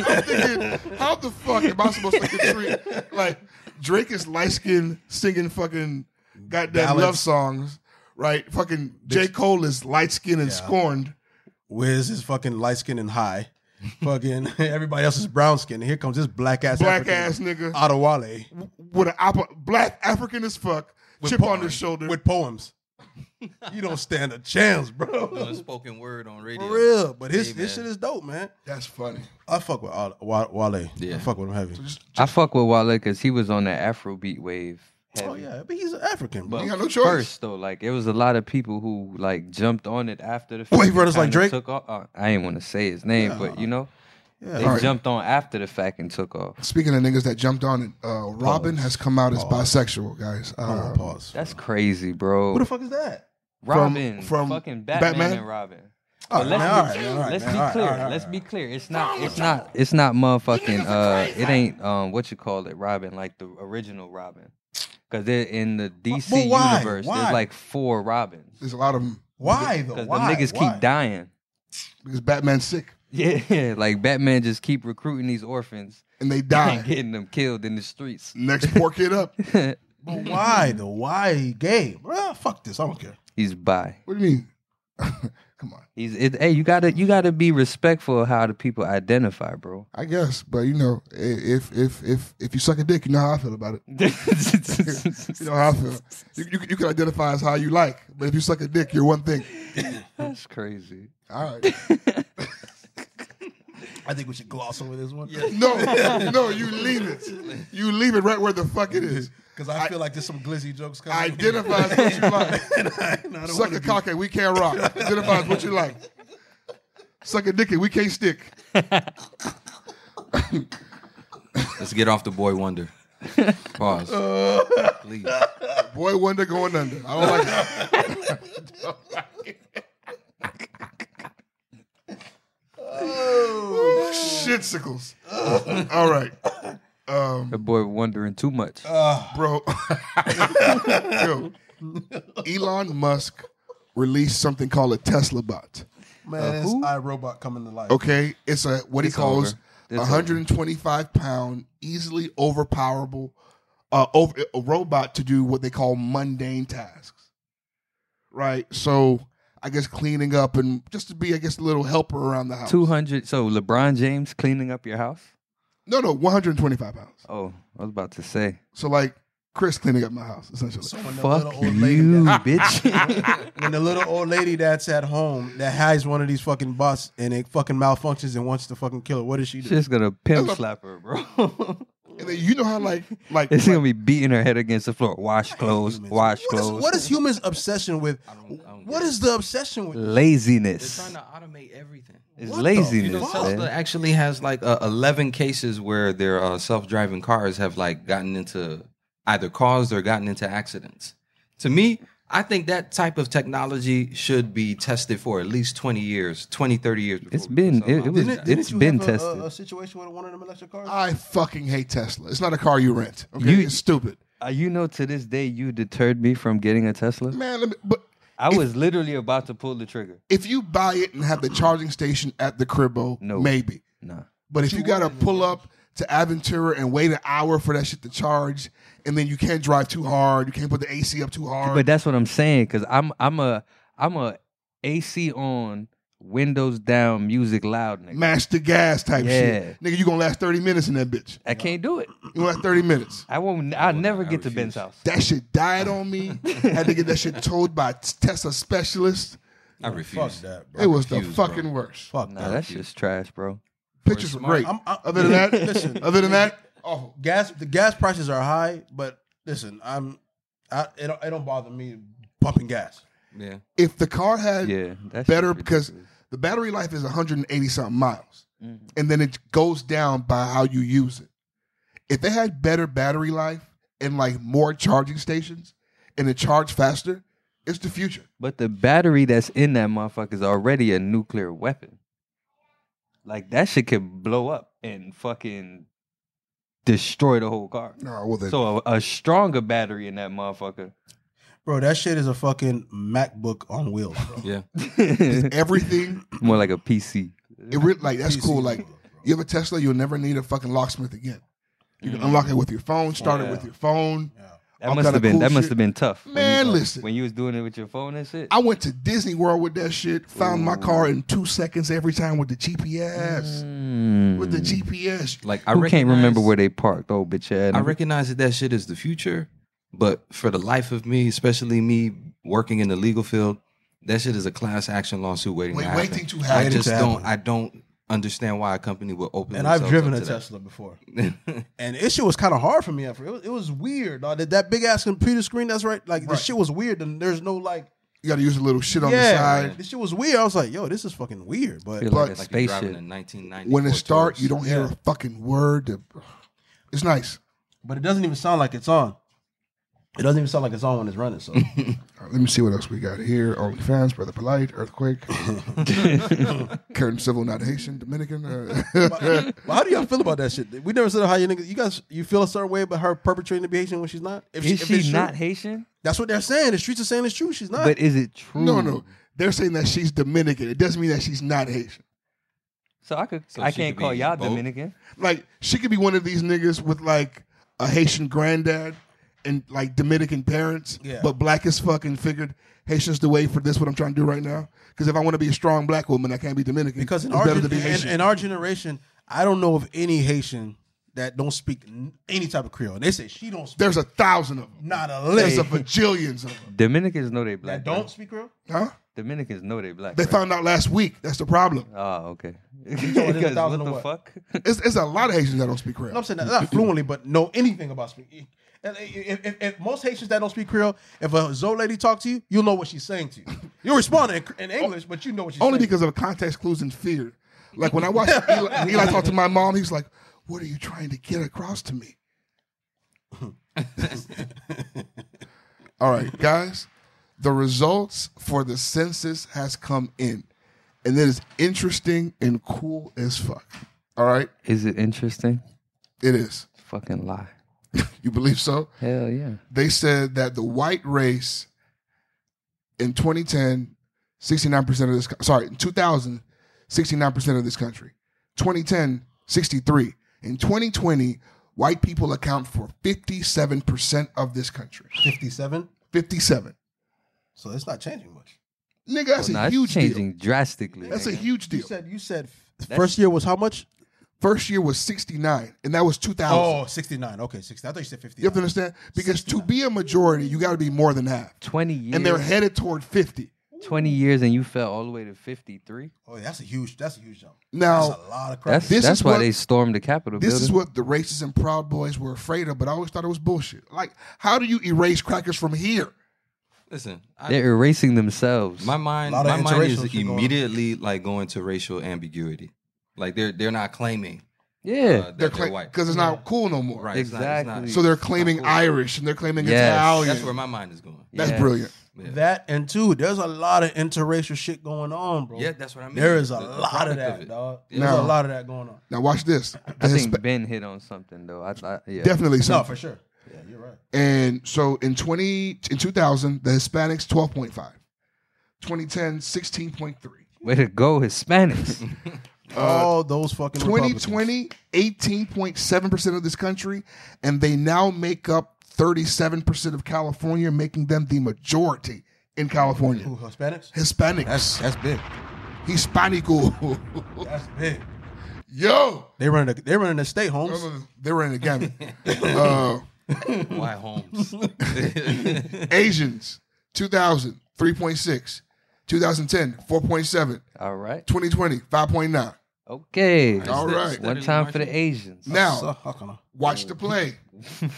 I'm thinking, how the fuck am I supposed to get treated? Like Drake is light skinned singing fucking goddamn Ballads. love songs, right? Fucking J. Cole is light skinned and scorned. Wiz is fucking light skinned and high. Fucking everybody else is brown skinned. Here comes this black ass Black African ass nigga. out of Wale with an op- black African as fuck, chip on poems. his shoulder. with poems. You don't stand a chance, bro. Unspoken word on radio. For real, but his Hey, his man. shit is dope, man. That's funny. I fuck with Al- Wa- Wale. Yeah. I fuck with him heavy. I fuck with Wale because he was on that Afrobeat wave. heavy. Oh yeah, but he's an African, bro. You But got no choice. first though, like it was a lot of people who like jumped on it after the. Wait, fact, brothers like kinda Drake? Took off. uh, I ain't want to say his name, but you know, Yeah. They All right. jumped on after the fact and took off. Speaking of niggas that jumped on it, uh, Robin has come out as bisexual, guys. Hold on, Uh, pause. That's crazy, bro. Who the fuck is that? Robin, from fucking Batman, Batman? and Robin. Oh, man, But let's all be, right, all right, let's man, be all right, clear. all right, all let's right. be clear. It's not. It's not. It's not motherfucking. Uh, it ain't. Um, what you call it, Robin? Like the original Robin, because they're in the DC but why? universe. Why? There's like four Robins. There's a lot of them Why though? Because the Why? niggas Why? keep dying. because Batman's sick Yeah, like Batman just keep recruiting these orphans and they and die. getting them killed in the streets. Next, poor kid up. But why though? Why he gay? Bruh, fuck this. I don't care. He's bi. What do you mean? Come on, He's it, hey, you gotta you gotta be respectful of how the people identify, bro. I guess, but you know, i- if if if if you suck a dick, you know how I feel about it. You know how I feel. You, you, you can identify as how you like, but if you suck a dick, you're one thing. That's crazy. All right. I think we should gloss over this one. No, no, you leave it. You leave it right where the fuck it is. Because I, feel like there's some glizzy jokes coming. Identify as what you like. Suck a cock and we can't rock. Identify as what you like. Suck a dick and we can't stick. Let's get off the boy wonder. Pause. Please. Boy Wonder going under. I don't like that. oh, shitsicles. All right, That boy wondering too much. bro. Yo, Elon Musk released something called a Tesla bot. Man, it's iRobot coming to life. Okay, it's a what he It's calls over. It's a 125 pound, easily overpowerable uh, over, a robot to do what they call mundane tasks. Right, so I guess cleaning up and just to be, I guess, a little helper around the house. Two hundred. So LeBron James cleaning up your house. No, no, 125 pounds. Oh, I was about to say. So like Chris cleaning up my house essentially. When the Fuck little you, old lady, bitch. when the little old lady that's at home that has one of these fucking bots and it fucking malfunctions and wants to fucking kill her, what does she do? She's gonna pimp slap her, bro. and then you know how like like, It's like gonna be beating her head against the floor. Wash clothes. Wash What is, clothes. what is humans' obsession with? don't- I don't What get is the obsession with? They're laziness? trying to automate everything. It's What the You know, laziness. fuck? man. Tesla actually has like uh, 11 cases where their uh, self-driving cars have like gotten into either caused or gotten into accidents. To me, I think that type of technology should be tested for at least 20 years, 20, 30 years. Before It's we put been- something it- out it was- there. Didn't- didn't you been have a- a- A, tested. a situation with one of them electric cars. I fucking hate Tesla. It's not a car you rent. Okay, You- it's stupid. Uh, you know, to this day, you deterred me from getting a Tesla. Man, let me, but I was literally about to pull the trigger. if you buy it and have the charging station at the cribbo, No. maybe. Nah. But if you gotta pull up to Aventura and wait an hour for that shit to charge, and then you can't drive too hard, you can't put the AC up too hard. But that's what I'm saying, cause I'm I'm a I'm a AC on, windows down, music loud nigga. Mash the gas type Yeah. shit. Nigga, you gonna last 30 minutes in that bitch. I can't do it. You gonna last 30 minutes. I won't. I'll never get to Ben's house. That shit died on me. Had to get that shit towed by a Tesla specialist. I refuse. that, It was the Confused, bro. fucking worst. Fuck Nah, that's just trash, bro. Pictures were great. I'm- I'm- other than that, Listen, other than that, awful. Oh, gas. The gas prices are high, but listen, I'm. I, it, don't, it don't bother me pumping gas. Yeah. If the car had Yeah, that's better just because ridiculous. the battery life is 180 something miles, and then it goes down by how you use it. If they had better battery life and like more charging stations, and it charged faster, it's the future. But the battery that's in that motherfucker is already a nuclear weapon. Like that shit could blow up and fucking destroy the whole car. No, well then, So a, a stronger battery in that motherfucker. Bro, that shit is a fucking MacBook on wheels. Bro. Yeah. everything More like a PC. it re- like that's cool. Like you have a Tesla, you'll never need a fucking locksmith again. You can unlock it with your phone, start it with your phone. That All must kinda have been cool that must shit. have been tough. when you- Man, listen. when you was doing it with your phone and shit. I went to Disney World with that shit. Found my car in two seconds every time with the GPS. Mm-hmm. With the GPS. Like I Hmm. Who can't remember recognize- where they parked? Oh, bitch ass. I recognize that that shit is the future, but for the life of me, especially me working in the legal field, that shit is a class action lawsuit waiting Wait- to happen. waiting to I happen. just Waiting to don't. I don't understand why a company would open. And I've driven a themselves Tesla before. up to that. And the issue was kind of hard for me at first. It was, it was weird. Dog. That, that big ass computer screen that's right. Like, the Right. shit was weird. And there's no, like, You got to use a little shit on the yeah, side. this shit was weird. I was like, yo, this is fucking weird. But Feel But- Like like a Like you're driving spaceship. a 1990. When it starts, you don't hear Yeah. a fucking word. That, it's nice. but it doesn't even sound like it's on. It doesn't even sound like it's on when it's running. So All right, let me see what else we got here. OnlyFans, Brother Polite, Earthquake, Curtain Civil, Not Haitian, Dominican. Uh, Well, how do y'all feel about that shit? We never said how you niggas. You guys, you feel a certain way about her perpetrating the Haitian when she's not. If Is if she it's true- not Haitian? that's what they're saying. The streets are saying it's true. She's not. But is it true? no, no. They're saying that she's Dominican. It doesn't mean that she's not Haitian. So I could. So I she can't could call be y'all both? Dominican. Like, she could be one of these niggas with like a Haitian granddad and like Dominican parents, Yeah. but black as fucking figured Haitian's the way for this, what I'm trying to do right now. Because if I want to be a strong black woman, I can't be Dominican. because in it's our, better gen- to be in, Haitian. in our generation, I don't know of any Haitian that don't speak n- any type of Creole. And they say she don't speak. There's a thousand of them. not a There's list a bajillions of them. Dominicans know they black. that don't bruh. speak Creole. Huh? Dominicans know they black. They bruh. found out last week. That's the problem. Oh, okay. there's a 'Cause thousand of what the what? fuck? It's, it's a lot of Haitians that don't speak Creole. No, I'm saying that, not fluently, but know anything about e, speaking. If, if, if most Haitians that don't speak Creole, if a Zoe lady talks to you, you'll know what she's saying to you. You'll respond in, in English, but you know what she's Only saying. because of context clues and fear. Like when I watched Eli, Eli talk to my mom, he's like, "What are you trying to get across to me?" All right, guys, the results for the census has come in, and it is interesting and cool as fuck. All right, Is it interesting? it is. Fucking lie. You believe so? Hell yeah. they said that the white race in 2010, 69% of this, co- sorry, in 2000, 69% of this country. 2010, 63. In 2020, white people account for 57% of this country. 57, 57. so it's not changing much. Nigga, that's Nah, a it's huge deal. changing drastically. That's a nigga. huge You deal. said you said That's- first year was how much? First year was 69, and that was 2000. Oh, 69. Okay, 60. I thought you said 50. You have to understand? Because to be a majority, you got to be more than half. twenty years. And they're headed toward 50. twenty years, and you fell all the way to fifty-three. Oh, that's a huge. That's a huge jump. Now, That's a lot of crap. That's This that's is why what- they stormed the Capitol This building. is what the racists and Proud Boys were afraid of, but I always thought it was bullshit. Like, how do you erase crackers from here? Listen, I, They're erasing themselves. my mind, Lot of my mind interracial shit is going on. immediately like going to racial ambiguity. Like they're they're not claiming uh, yeah. that They're they're, because white. it's not cool no more. Right, it's not- it's Exactly. not- So they're claiming cool. Irish and they're claiming Yes. Italian. That's That's, where my mind is going. Yes. brilliant. Yeah. that and two, there's a lot of interracial shit going on, bro. Yeah, that's what I mean. There is a The- the lot of product that, it. dog. Yeah. There's a No. lot of that going on. Now watch this. I The think Hispa- Ben hit on something though. I, I yeah. definitely so. No, for sure. Yeah, you're right. And so in twenty in two thousand, the Hispanics twelve point five. 2010, 16.3. Way to go, Hispanics. All those fucking 2020, 18.7% of this country, and they now make up 37% of California, making them the majority in California. Republicans. Who, Hispanics. Hispanics. that's big. Hispanico. That's big. Yo. They running. The, they running the state homes. They were in the gamut. uh, White homes. Asians, 2000, 3.6. 2010, 4.7. all right. 2020, 5.9. Okay. All right. One time for the Asians. Now, Now, watch the play.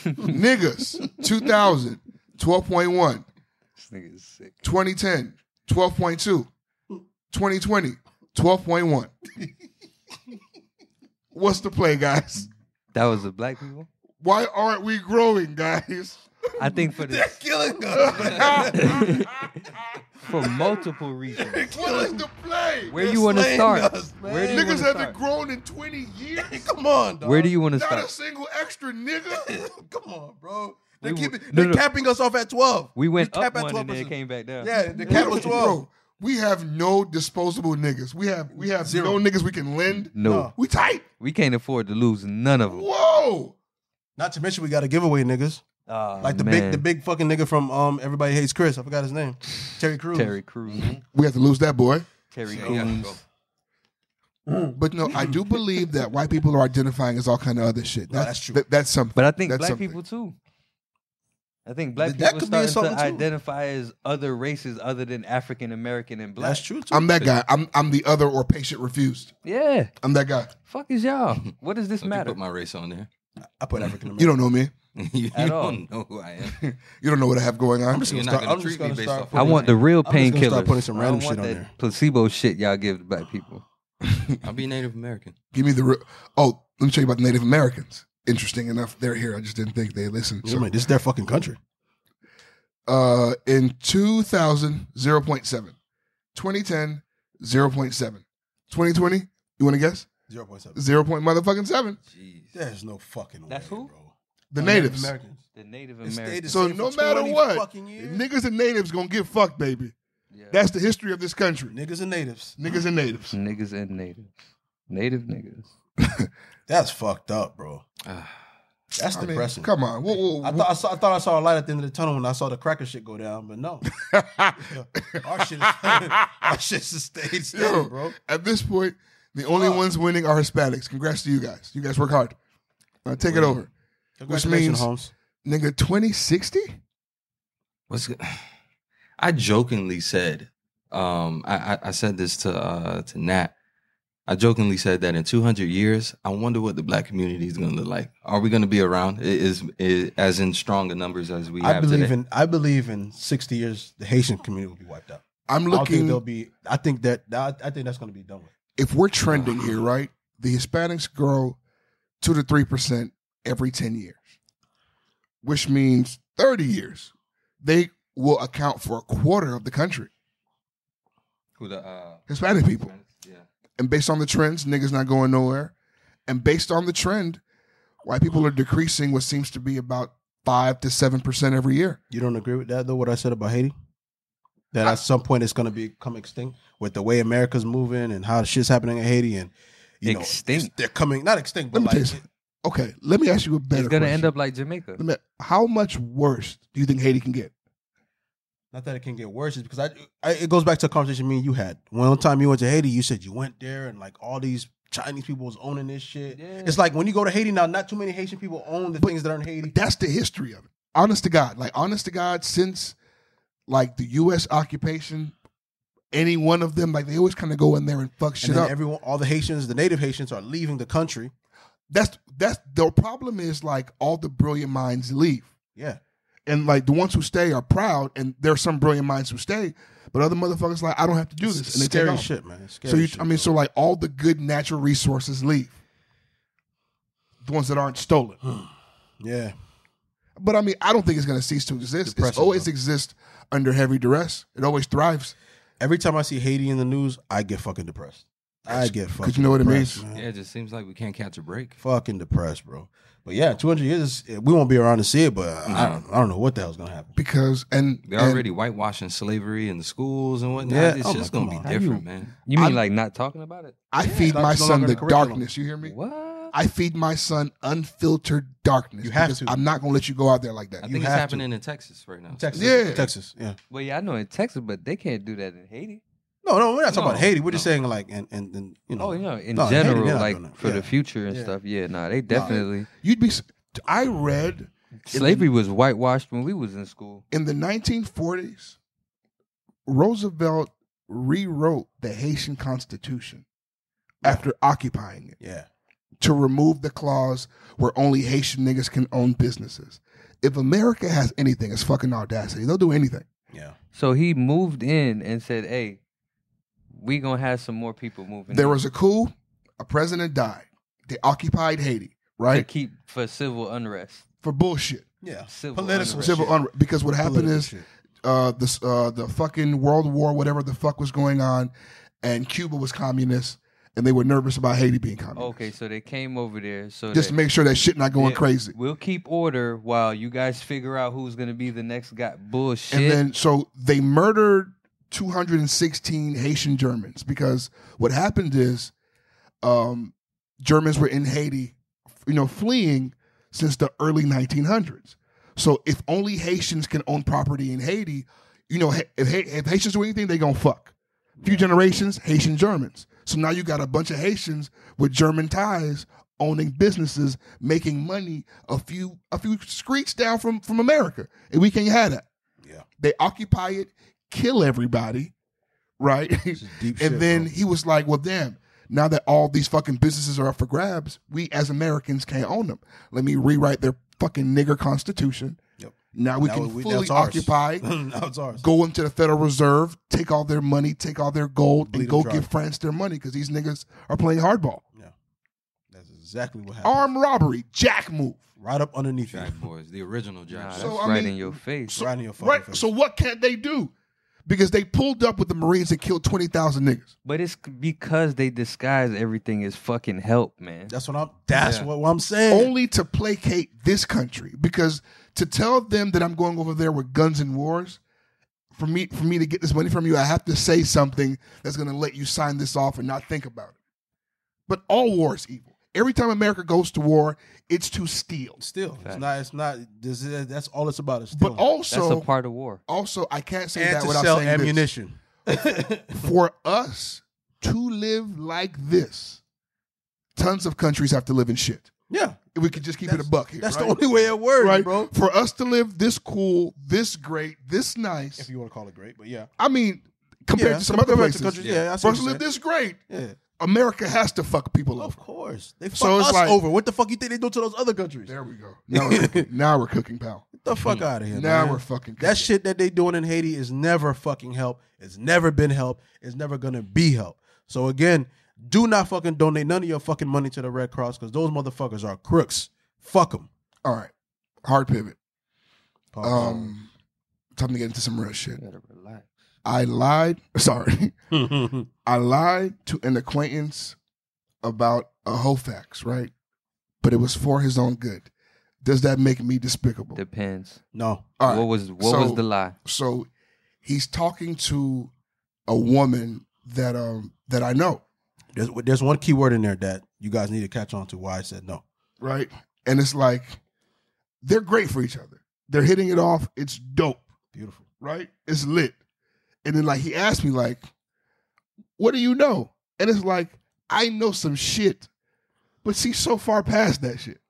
Niggas, 2000, 12.1. This nigga is sick. 2010, 12.2. 2020, 12.1. What's the play, guys? That was the black people. Why aren't we growing, guys? I think for the killing us. for multiple reasons. What is the play? Where you want to slaying start? us, man. Where do you want Niggas to haven't start? grown in 20 years. Come on, dog. Where do you want to Not a start? single extra nigga. Come on, bro. They We keep w- it, no, they're no. capping us off at twelve. We went up cap at one and then it 12%. came back down. Yeah, the cap was twelve. Bro, we have no disposable niggas. We have we have Zero. no niggas we can lend. No, No. We tight. we can't afford to lose none of them. Whoa. Not to mention we got a giveaway, niggas. Oh, Like the big, the big fucking nigga from um, Everybody Hates Chris. I forgot his name. Terry Crews. Mm-hmm. Terry Crews, We have to lose that boy. Terry Yeah, yeah, Crews. go. But no, I do believe that white people are identifying as all kind of other shit. No, that's true. that- that's something. But I think That's black something. people too. I think black Th- that people could be starting something to too. identify as other races other than African American and black. That's true too. I'm that guy. I'm I'm the other or patient refused. Yeah. I'm that guy. Fuck is y'all. What does this Don't you matter? put my race on there. I put African American. You don't know me. you At all. don't know who I am. You don't know what I have going on. I'm just You're gonna not start. gonna I'm treat just me gonna based start. off I Putting- want the real I'm just gonna start putting painkillers. some I random don't want shit on that there. placebo shit y'all give to black people. I'll be Native American. Give me the. Re- oh, let me tell you about the Native Americans. Interesting enough, they're here. I just didn't think they listened. Yeah, So, man, this is their fucking country. uh, in 2000, 0.7. 2010, 0.7. 2020, you want to guess? Zero point seven. 0. Point motherfucking 7. Jeez. There's no fucking. That's way, who? Bro. The Native natives. Americans. The Native It stayed the Americans. So same no for matter 20 what, fucking years. niggas and natives gonna get fucked, baby. Yeah. That's the history of this country. niggas and natives. Niggas and natives. niggas and natives. Native niggas. That's fucked up, bro. Ah, That's I mean, depressing. come on. Whoa, whoa, I thought I, saw, I thought I saw a light at the end of the tunnel when I saw the cracker shit go down, but no, our shit, is, our shit sustained Yo, steady, bro. At this point, the only Fuck. ones winning are Hispanics. Congrats to you guys. You guys work hard. Uh, take it Wait. over. Congratulations, means- Holmes. Nigga, 2060? what's good? I jokingly said, um, I, I, I said this to uh, to Nat. I jokingly said that in 200 years, I wonder what the black community is going to look like. Are we going to be around? I- Is, is as in stronger numbers as we I have believe today? in I believe in sixty years the Haitian community will be wiped out. I'm I don't think they'll looking. be. I think that I, I think that's going to be done with. If we're trending here, right? The Hispanics grow 2 to 3% every 10 years, which means 30 years. They will account for a quarter of the country, Who the uh, Hispanic people. Yeah. and based on the trends, niggas not going nowhere. And based on the trend, white people are decreasing what seems to be about five to seven percent every year. You don't agree with that though? What I said about Haiti, that at some point it's going to become extinct with the way America's moving and how shit's happening in Haiti and you know, Extinct? they're coming not extinct, Let but me tell you like something. Okay, let me ask you a better. It's gonna question. end up like Jamaica. Let me, how much worse do you think Haiti can get? not that it can get worse, it's because I, I it goes back to a conversation me and you had. One time you went to Haiti, you said you went there and like all these Chinese people was owning this shit. Yeah. It's like when you go to Haiti now, not too many Haitian people own the things that are in Haiti. That's the history of it. Honest to God, like honest to God, since like the U.S. occupation, any one of them, like they always kind of go in there and fuck shit and then up. everyone, all the Haitians, the native Haitians, are leaving the country. that's that's the problem is like all the brilliant minds leave. Yeah, and like the ones who stay are proud, and there are some brilliant minds who stay, but other motherfuckers like I don't have to do this, It's and they scary take off. shit, man. It's Scary So you, shit, I mean, bro. so like all the good natural resources leave, the ones that aren't stolen. yeah, But I mean, I don't think it's gonna cease to exist. It Depressing, always bro. exists under heavy duress. It always thrives. every time I see Haiti in the news, I get fucking depressed. I get fucking. you know what it depressed, means? man. Yeah, it just seems like we can't catch a break. Fucking depressed, bro. But yeah, two hundred years, we won't be around to see it. But I, don't, I don't know what the hell's gonna happen. Because and, They're and- already whitewashing slavery in the schools and whatnot. Yeah. It's Oh my- just gonna come be on. How different, man. You mean I'm- like not talking about it? I feed that's my no son longer the the curriculum. darkness. You hear me? What? I feed my son unfiltered darkness. You have because to. I'm not gonna let you go out there like that. I You think it's have to. happening in Texas right now. Texas, Yeah. Texas, yeah. Well, yeah, I know in Texas, but they can't do that in Haiti. No, no, we're not talking No, about Haiti. We're just no. saying like, and and, and you know, Oh, yeah, in No, in Haiti, general, they're not doing like that. for Yeah. the future and Yeah. stuff. Yeah, nah, they definitely You'd be. s- I read slavery was whitewashed when we was in school. in the 1940s, Roosevelt rewrote the Haitian Constitution after occupying it yeah. to remove the clause where only Haitian niggas can own businesses. If America has anything, it's fucking audacity. They'll do anything. Yeah. So he moved in and said, "Hey, we gonna have some more people moving." There in was a coup, a president died. They occupied Haiti, to right? keep for civil unrest. For bullshit. Yeah. Civil Political unrest. Civil shit. unrest. Because what happened Political is shit. uh, this uh, the fucking World War, whatever the fuck was going on, and Cuba was communist, and they were nervous about Haiti being communist. Okay, so they came over there. So just to that- make sure that shit not going Yeah, crazy. We'll keep order while you guys figure out who's gonna be the next guy. Bullshit. And then so they murdered 216 Haitian Germans because what happened is um, Germans were in Haiti, you know, fleeing since the early 1900s. So if only Haitians can own property in Haiti, you know, Ha- if, Ha- if Haitians do anything, they gonna fuck. Few generations, Haitian Germans. So now you got a bunch of Haitians with German ties owning businesses, making money a few a few streets down from from America, and we can't have that. Yeah. They occupy it, kill everybody, right? This is deep shit, and then bro. he was like, "Well, damn." Now that all these fucking businesses are up for grabs, we as Americans can't own them. Let me rewrite their fucking nigger constitution. Yep. Now we Now can we- now fully it's ours. occupy, now it's ours. go into the Federal Reserve, take all their money, take all their gold, Bleed and go 'em dry. give France their money because these niggas are playing hardball. That's exactly what happened. Armed robbery, jack move. Right up underneath you. Jack Boys, the original Jack. Nah, Boys. that's So, I right mean, in your face. Right in your fucking Right. face. So what can they do? Because they pulled up with the Marines and killed twenty thousand niggas. But it's c- because they disguise everything as fucking help, man. that's what I'm that's Yeah. what, what I'm saying. only to placate this country because to tell them that I'm going over there with guns and wars for me for me to get this money from you I have to say something that's going to let you sign this off and not think about it. But all war is evil. Every time America goes to war, it's to steal. Still, it's Facts. not. It's not. This is, that's all it's about. Is But stealing. That's a also part of war. also I can't say and that to without sell saying this. ammunition. for us to live like this, tons of countries have to live in shit. Yeah, If we could just keep it That's- a buck here. that's right? the only way it works, right, bro. For us to live this cool, this great, this If nice. you want to call it great, but yeah, I mean, compared yeah, to some com- other compared places, to countries, Yeah. yeah, I see for what us to live you're this great, saying. Yeah. America has to fuck people Of up. course, they fuck So it's us like- over. What the fuck you think they do to those other countries? There we go. Now we're cooking. now we're cooking, pal. Get the fuck out of here. now man. we're fucking. Cooking. That shit that they doing in Haiti is never fucking help. It's never been help. It's never gonna be help. So again, do not fucking donate none of your fucking money to the Red Cross because those motherfuckers are crooks. Fuck them. All right, hard pivot. Um, time to get into some real shit. You gotta relax. I lied. Sorry, yeah, I lied to an acquaintance about a Hofax, right? But it was for his own good. Does that make me despicable? Depends. no. All right. What was what So- was the lie? so he's talking to a woman that um that I know, There's, there's one key word in there that you guys need to catch on to why I said no. right? And it's like they're great for each other. They're hitting it off. It's dope, Beautiful. right? It's lit. And then like he asked me like, "What do you know?" And it's like I know some shit, but she's so far past that shit.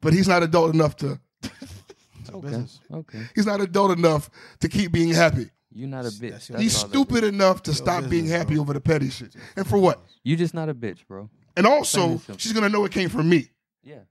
But he's not adult enough to. It's a Okay. business. Okay. He's not adult enough to keep being happy. You're not a That's- bitch. that's That's He's all that stupid is. enough to Yo, stop being business, happy bro. over the petty shit. And for what? You just not a bitch, bro. And Plain also, and simple. she's gonna know it came from me. Yeah.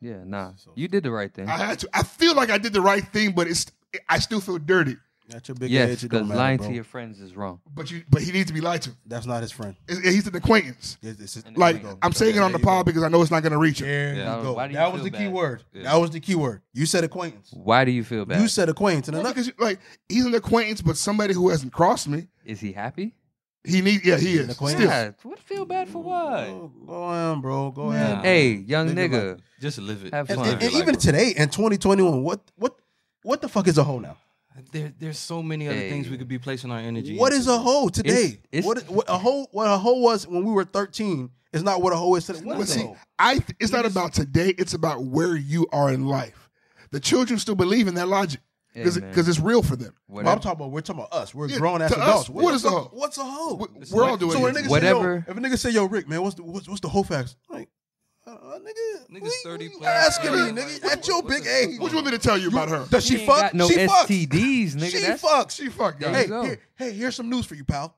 Yeah, nah. You did the right thing. I had to. I feel like I did the right thing, but it's. I still feel dirty. That's your big Yes, age. It don't because matter, lying bro. to your friends is wrong. But you. But he needs to be lied to. That's not his friend. It's- He's an acquaintance. It's- it's- And Like There you go. I'm saying it on the There you go. pod because I know it's not gonna reach him. There Yeah. you go. Why do you that feel was the key bad? word. Yeah. That was the key word. You said acquaintance. Why do you feel bad? You said acquaintance, and No, another because like he's an acquaintance, but somebody who hasn't crossed me. is he happy? He need. Yeah, he He's an is. acquaintance. Still, Yeah. What feel bad for what? Go, Oh, go on, bro. Go Man. ahead. Hey, young Live your nigga. life. Just live it. Have Just fun. live And, your and life, even bro. today in 2021, what what what the fuck is a hoe now? there, there's so many other Hey. things we could be placing our energy. What into, is a bro. hoe today? it's- what, what a hoe what a hoe was when we were 13 is not what a hoe is today. What but is a see, hoe? I. th- It's not about today. It's about where you are in life. The children still believe in that logic because Amen. it's real for them. But Whatever- I'm talking about. We're talking about us. We're Yeah, grown ass to us, adults. what the is a fuck- hoe? We're a hoe? We- We're all doing So when it. a nigga Whatever- say, yo, if a nigga say, yo, Rick, man, what's the, what's, what's the whole facts? Like, uh, uh, nigga, what Nigga's you 30 plus. asking me, Yeah. nigga, at your What the big fuck age. What you want me to tell you about her? Does You she ain't fuck? got no she fucks. STDs, nigga. She That's- fucks. She fucked. There guys. you hey, go. here- hey, here's some news for you, pal.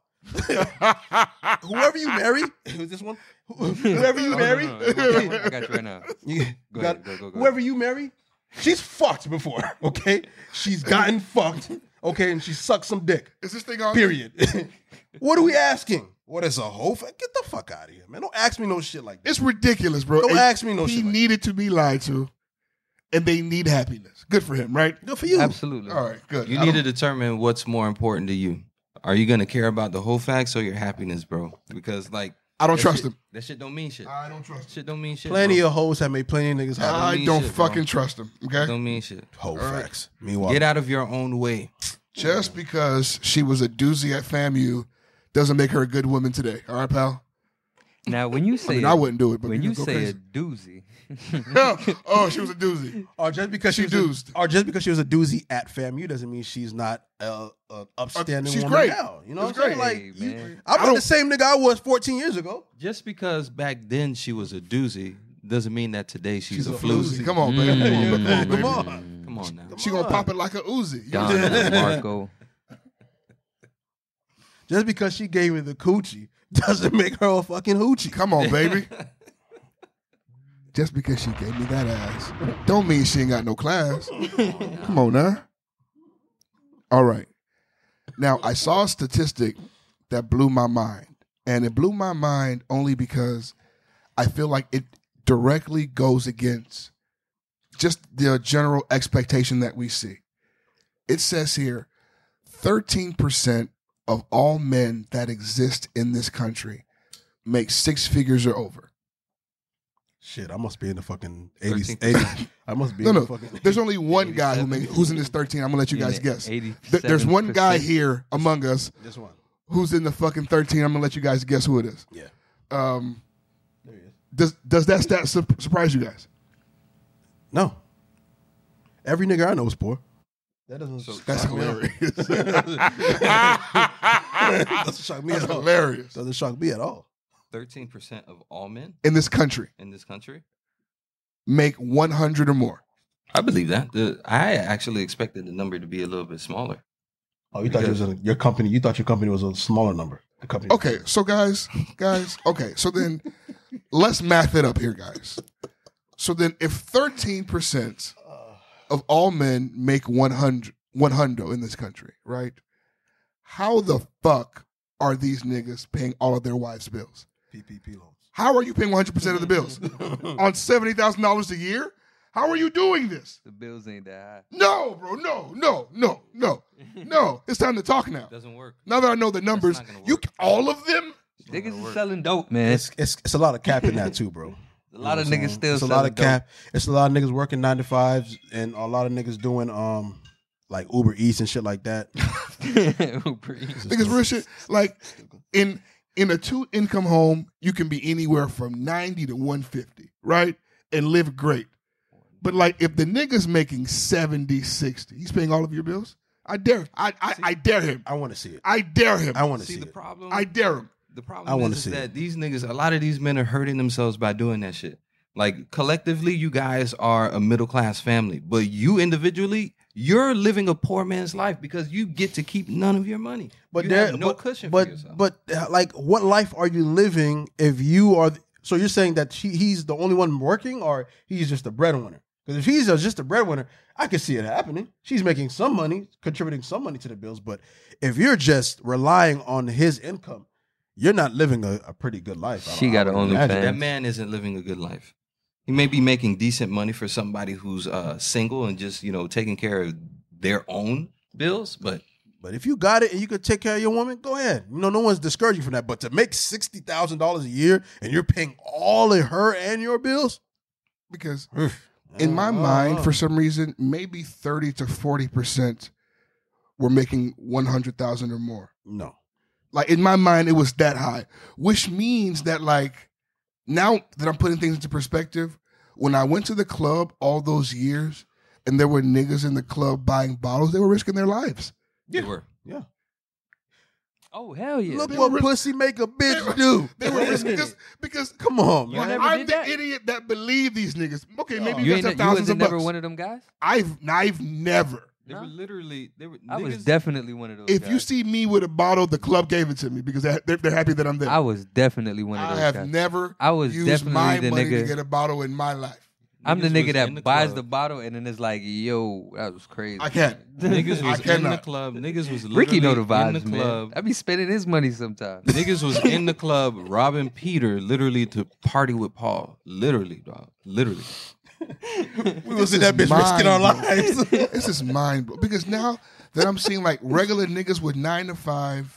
whoever you marry, this one, whoever you Oh, no, marry, no, no, no, no, I got you right now. you Go got- ahead, go, go, go. whoever you marry, she's fucked before. Okay, she's gotten fucked. Okay, and she sucked some dick. Is this thing on? Period. what are we asking? What is a hoe? fa- Get the fuck out of here, man. Don't ask me no shit like that. It's ridiculous, bro. Don't And ask me no he shit like needed to be lied to, and they need happiness. Good for him, right? Good for you. Absolutely. All right, good. You I need to don't- determine what's more important to you. Are you gonna care about the whole facts or your happiness, bro? Because like I don't that trust shit- him. That shit don't mean shit. I don't trust him. Shit don't mean shit. Plenty bro. of hoes have made plenty of niggas happy. I mean don't shit, bro. fucking trust him. Okay, don't mean shit. Hoe facts. Meanwhile, Get out of your own way. just because she was a doozy at FAMU doesn't make her a good woman today. All right, pal. Now, when you say I mean, I wouldn't do it, but when you go say a crazy. doozy, oh, she was a doozy. Or just because She she was doozed. a, or just because she was a doozy at FAMU doesn't mean she's not a, a upstanding she's woman great. now. You know It's what I'm great. saying? Like Hey, you- man. I I'm don't- not the same nigga I was 14 years ago. Just because back then she was a doozy doesn't mean that today she's, a, floozy. Floozy. Come on, baby. Come on, Mm. come on, baby. Come on. Come on now. She gonna pop it like a Uzi. You Don know? Marco, Just because she gave me the coochie doesn't make her a fucking hoochie. Come on, baby. just because she gave me that ass, don't mean she ain't got no class. Come on now. All right. Now I saw a statistic that blew my mind. And it blew my mind only because I feel like it directly goes against just the general expectation that we see. It says here 13% of all men that exist in this country make six figures or over. Shit, I must be in the fucking eighties. 13. 80s. I must be No, in no. the fucking. There's only one guy who makes who's in this 13. I'm gonna let you guys guess. Th- Th- There's one guy here among us This one. who's in the fucking 13. I'm gonna let you guys guess who it is. Yeah. Um, does does that stat su- surprise you guys? No. Every nigga I know is poor. That doesn't. That's hilarious. doesn't shock me That's at all. hilarious. Doesn't shock me at all. Thirteen percent of all men In this country, in this country. make 100 or more. I believe that. The, I actually expected the number to be a little bit smaller. Oh, you thought it was a, your company. You thought your company was a smaller number. The company. Okay, so guys, guys, okay, so then let's math it up here, guys. So then, if 13 percent Uh, of all men make 100 100 in this country, right? How the fuck are these niggas paying all of their wives' bills? PPP loans. How are you paying 100% of the bills on $70,000 a year? How are you doing this? The bills ain't that No, bro, no, no, no, no, no. It's time to talk now. Doesn't work. Now that I know the numbers, not gonna you work. all of them. high. Niggas is selling dope, man. It's, it's it's a lot of cap in that too, bro. a lot of You know what I'm niggas saying? still It's a selling lot of dope. cap. It's a lot of niggas working nine to fives, and a lot of niggas doing um like Uber Eats and shit like that. Uber Eats. Think it's real shit. Like in in a two income home, you can be anywhere from ninety to one fifty, right, and live great. But like if the nigga's making 70, 60, he's paying all of your bills. I dare, I I, I dare him. I want to see it. I dare him. I want to See, see, the it. problem. I dare him. the I problem wanna is, is see it. that these niggas, a lot of these men are hurting themselves by doing that shit. Like collectively, you guys are a middle class family, but you individually, you're living a poor man's life because you get to keep none of your money. But you there, have no but, cushion But for yourself. but uh, like, what life are you living if you are? th- So you're saying that he, he's the only one working, or he's just a breadwinner? Because if he's just a breadwinner, I could see it happening. She's making some money, contributing some money to the bills. But if you're just relying on his income, you're not living a, a pretty good life. I- She I got would her OnlyFans. imagine. that man isn't living a good life. He may be making decent money for somebody who's uh, single and just you know taking care of their own bills, but But if you got it and you could take care of your woman, go ahead. You know, no one's discouraging from that. But to make sixty thousand dollars a year and you're paying all of her and your bills, Because in Oh. my mind, for some reason, maybe thirty to forty percent were making one hundred thousand or more. no. Like in my mind, it was that high, which means that like now that I'm putting things into perspective, when I went to the club all those years and there were niggas in the club buying bottles, they were risking their lives. they were. Oh hell yeah! Look They what were- pussy make They a were- bitch do. They were risking because because Come on, You man. never I'm did the that? idiot that believed these niggas. Okay, maybe you you guys have ain't ne- you thousands was of never bucks. one of them guys. I've I've never. They No. were literally they were. I was niggas- definitely one of those. If guys. you see me with a bottle, the club gave it to me because they're, they're, they're happy that I'm there. I I, was definitely one of those have guys. never I was used definitely my the money to nigga- get a bottle in my life. I'm the Niggas nigga was that in the buys club. the bottle and then it's like, yo, that was crazy. I can't. Niggas I was in the cannot. club. Niggas was Ricky know the literally vibes, in the club. man. I be spending his money sometimes. Niggas was in the club robbing Peter literally to party with Paul. Literally, dog. Literally. We was in that bitch risking our lives. this is mind blowing because now that I'm seeing like regular niggas with nine to five,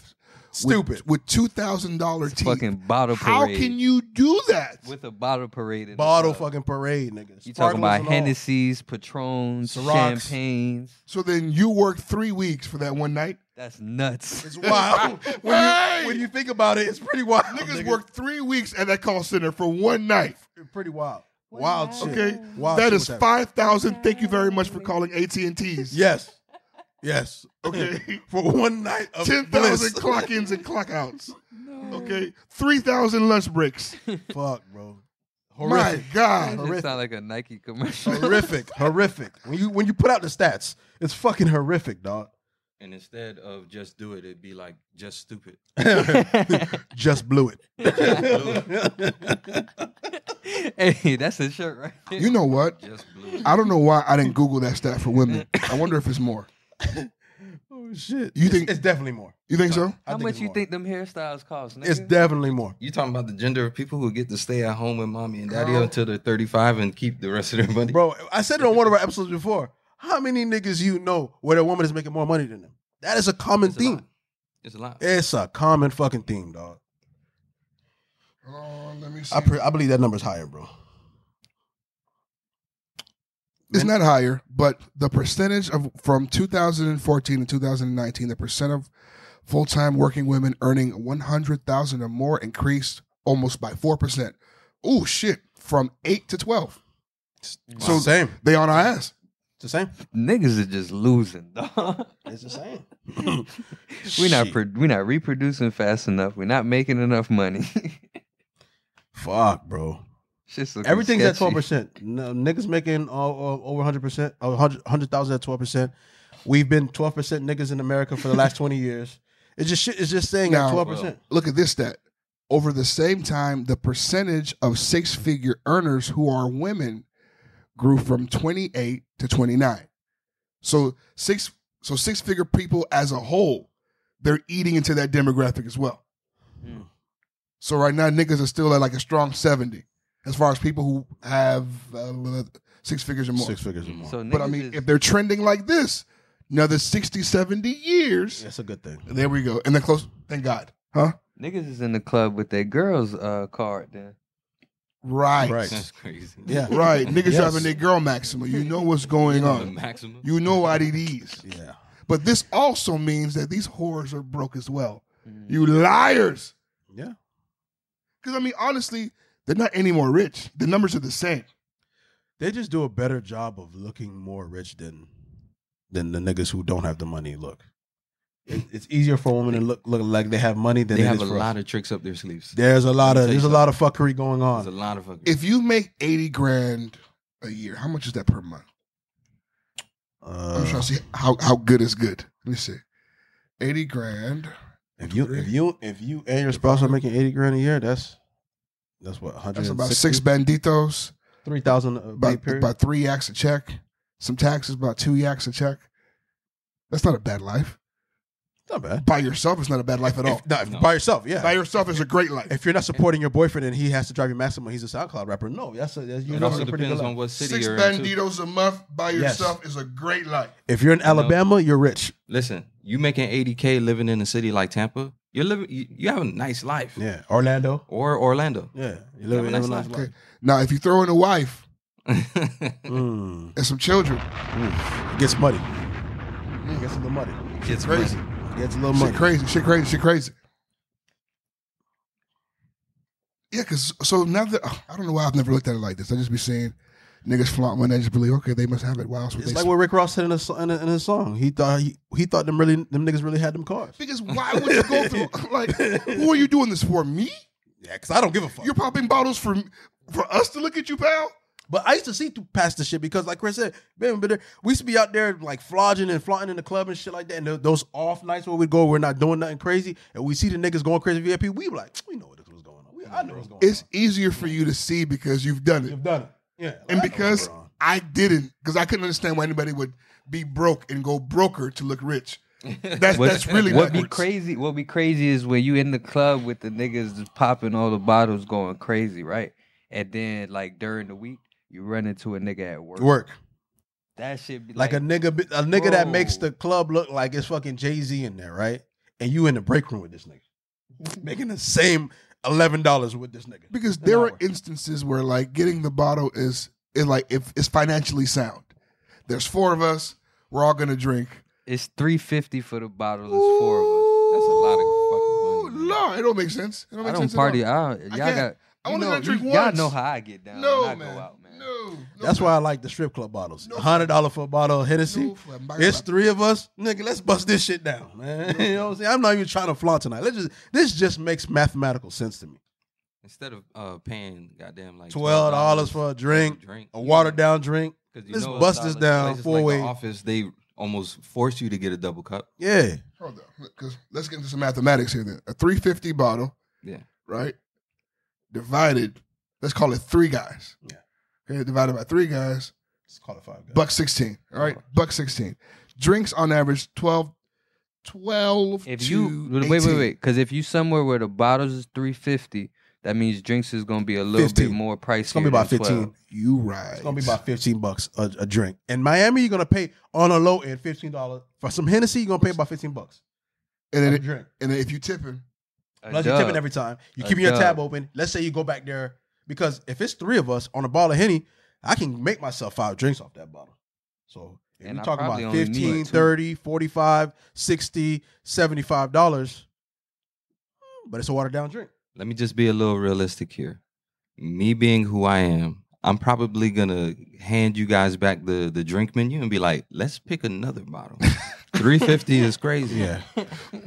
Stupid. with, with two thousand dollar teeth. fucking bottle How parade. can you do that? With a bottle parade. In Bottle the club. fucking parade, nigga. You talking about Sparklers and all. Hennessy's, Patrons, Cirocs. champagnes. so then you work three weeks for that one night. That's nuts. It's wild. when, Hey! you, when you think about it, it's pretty wild. Niggas Oh, nigga. work three weeks at that call center for one night. pretty wild. Wild shit. Okay, Wild shit that with is five thousand. Thank you very much for calling AT and T's. Yes. Yes. Okay. For one night of Ten bliss. thousand clock ins and clock outs. Okay, three thousand lunch breaks. Fuck, bro. My Horrific. God, That just sound like a Nike commercial. horrific. horrific. When you when you put out the stats, it's fucking horrific, dog. And instead of just do it, it'd be like just stupid. Just blew it. hey, that's his shirt right there. You know what? Just blue. I don't know why I didn't Google that stat for women. I wonder if it's more. Oh shit! You You think- think it's definitely more? You think so? I How much it's you more. think them hairstyles cost? Nigga? It's definitely more. You talking about the gender of people who get to stay at home with mommy and daddy until they're 35 and keep the rest of their money? Bro, I said it on one of our episodes before. How many niggas you know where the woman is making more money than them? That is a common it's a theme. lot. It's a lot. It's a common fucking theme, dog. Oh, let me see. I pre- I believe that number's higher, bro. it's not higher, but the percentage of from 2014 to 2019, the percent of full-time working women earning 100,000 or more increased almost by 4%. Oh shit, from 8 to 12. So same. They on our ass. It's the same. Niggas are just losing, dog. It's the same. We're not Shit. pro- we're not reproducing fast enough. We're not making enough money. Fuck, bro. Shit's looking Everything's at twelve sketchy. percent. Niggas making uh, uh, over hundred percent, hundred thousand at twelve percent. We've been twelve percent niggas in America for the last twenty years. It's just shit. It's just saying Now- at twelve percent. Look at this stat. Over the same time, the percentage of six-figure earners who are women grew from 28 to 29. So six so six-figure people as a whole, they're eating into that demographic as well. Hmm. So right now, niggas are still at like a strong 70 as far as people who have uh, six figures or more. Six figures or more. So, but I niggas mean, is- if they're trending like this, another 60, 70 years, That's a good thing. there we go. And then close, thank God. Huh? niggas is in the club with their girls uh, card, then Right. Right. Right. That's crazy. Yeah. Niggas Yes. driving their girl Maxima. You know what's going The on. maximum. You know IDDs. Yeah. But this also means that these whores are broke as well. Mm. You liars. Yeah. Because, I mean, honestly, they're not any more rich. The numbers are the same. They just do a better job of looking more rich than than the niggas who don't have the money look. It, it's easier for women to look look like they have money than they it have is a for us. lot of tricks up their sleeves. There's a lot of Let me tell you there's a lot of fuckery going There's a on. lot of fucking. If you make 80 grand a year, how much is that per month? I'm trying Uh, to see how, how good is good. Let me see. 80 grand. if you if you if you and your spouse are making eighty grand a year, that's that's what hundred. That's about six banditos, three thousand a pay about, period. about three yaks a check, some taxes, about two yaks a check. That's not a bad life. not bad. By yourself, it's not a bad life at all. If, not, No. By yourself, yeah. By yourself is a great life. if you're not supporting your boyfriend and he has to drive you maximum, he's a SoundCloud rapper. No, that's, a, that's you it know also it's a pretty good depends on life. what city Six you're in. too. banditos a month by Yes. yourself is a great life. If you're in Alabama, you're rich. Listen, you making 80k living in a city like Tampa. You're living. You, you have a nice life. Yeah, Orlando. Or Orlando. Yeah, you Have a nice life. Okay. Now, if you throw in a wife Mm. and some children, It gets muddy. It gets a little muddy. It's Crazy. crazy. It gets a little shit muddy. crazy, shit crazy, shit crazy. Yeah, because so now that oh, I don't know why I've never looked at it like this. I just be seeing niggas flaunt one. I just believe, okay, they must have it. Why else would It's they? like what Rick Ross said in, a, so- in, a, in his song. He thought he, he thought them really them niggas really had them cars. Because why would you go through? Like, who are you doing this for? Me? Yeah, because I don't give a fuck. You're popping bottles for for us to look at you, pal? But I used to see through past the shit because, like Chris said, man, but there- we used to be out there like flogging and flaunting in the club and shit like that. And th- those off nights where we go, we're not doing nothing crazy, and we see the niggas going crazy VIP. We be like, we know what was going on. We, I know what's going It's on. easier for you to see because you've done it, You've done it, yeah. like, I know and what's because going on. I didn't, because I couldn't understand why anybody would be broke and go broker to look rich. That's What- that's really what be backwards. crazy. What be crazy is when you in the club with the niggas just popping all the bottles, going crazy, right? And then like during the week, you run into a nigga at work. work That shit be like, like, a nigga, bi- a nigga that Whoa. makes the club look like it's fucking Jay Z in there, right? And you in the break room with this nigga, making the same eleven dollars with this nigga. Because there are An hour. instances where like getting the bottle is is like if it's financially sound. There's four of us. We're all gonna drink. it's three fifty for the bottle. It's four of us. That's a Ooh, lot of fucking money. man. Lord, it don't make sense. It don't I make don't sense at party. all. I, don't- I y'all can't. got. I you only know, gotta drink you, once. Y'all know how I get down. No, when I man. go out, man. No, no, That's man. why I like the strip club bottles. Hundred dollar for a bottle of Hennessy. No, fam. It's three of us, nigga. Let's bust this shit down, man. you know what I'm saying? I'm not even trying to flaunt tonight. Let's just this just makes mathematical sense to me. Instead of uh, paying goddamn like Twelve dollars for a drink, drink. a watered down drink. 'Cause Let's know bust a this lot of down places four like the way. Office they almost force you to get a double cup. Yeah, Hold on, because let's get into some mathematics here. Then a three fifty bottle, Yeah. right, divided Let's call it three guys. Yeah. Okay, divided by three guys, It's called a five guy. buck sixteen. All right, Uh-huh. buck sixteen. Drinks on average twelve, twelve. If to you wait, wait, 18. wait, because if you somewhere where the bottles is three fifty, that means drinks is gonna be a little 15. bit more pricey. It's gonna be about fifteen. you right. It's gonna be about fifteen bucks a, a drink. In Miami, you're gonna pay on a low end fifteen dollars for some Hennessy. You're gonna pay about fifteen bucks and for then, a drink. and then if you tip him, Plus you're tipping every time. You A keeping your dub. tab open. Let's say you go back there because if it's three of us on a ball of henny, I can make myself five drinks off that bottle. So if And you're I talking probably about only need 15, two. 30, 45, 60, 75 dollars, but it's a watered down drink. Let me just be a little realistic here. Me being who I am, I'm probably gonna hand you guys back the the drink menu and be like, let's pick another bottle. Three fifty is crazy.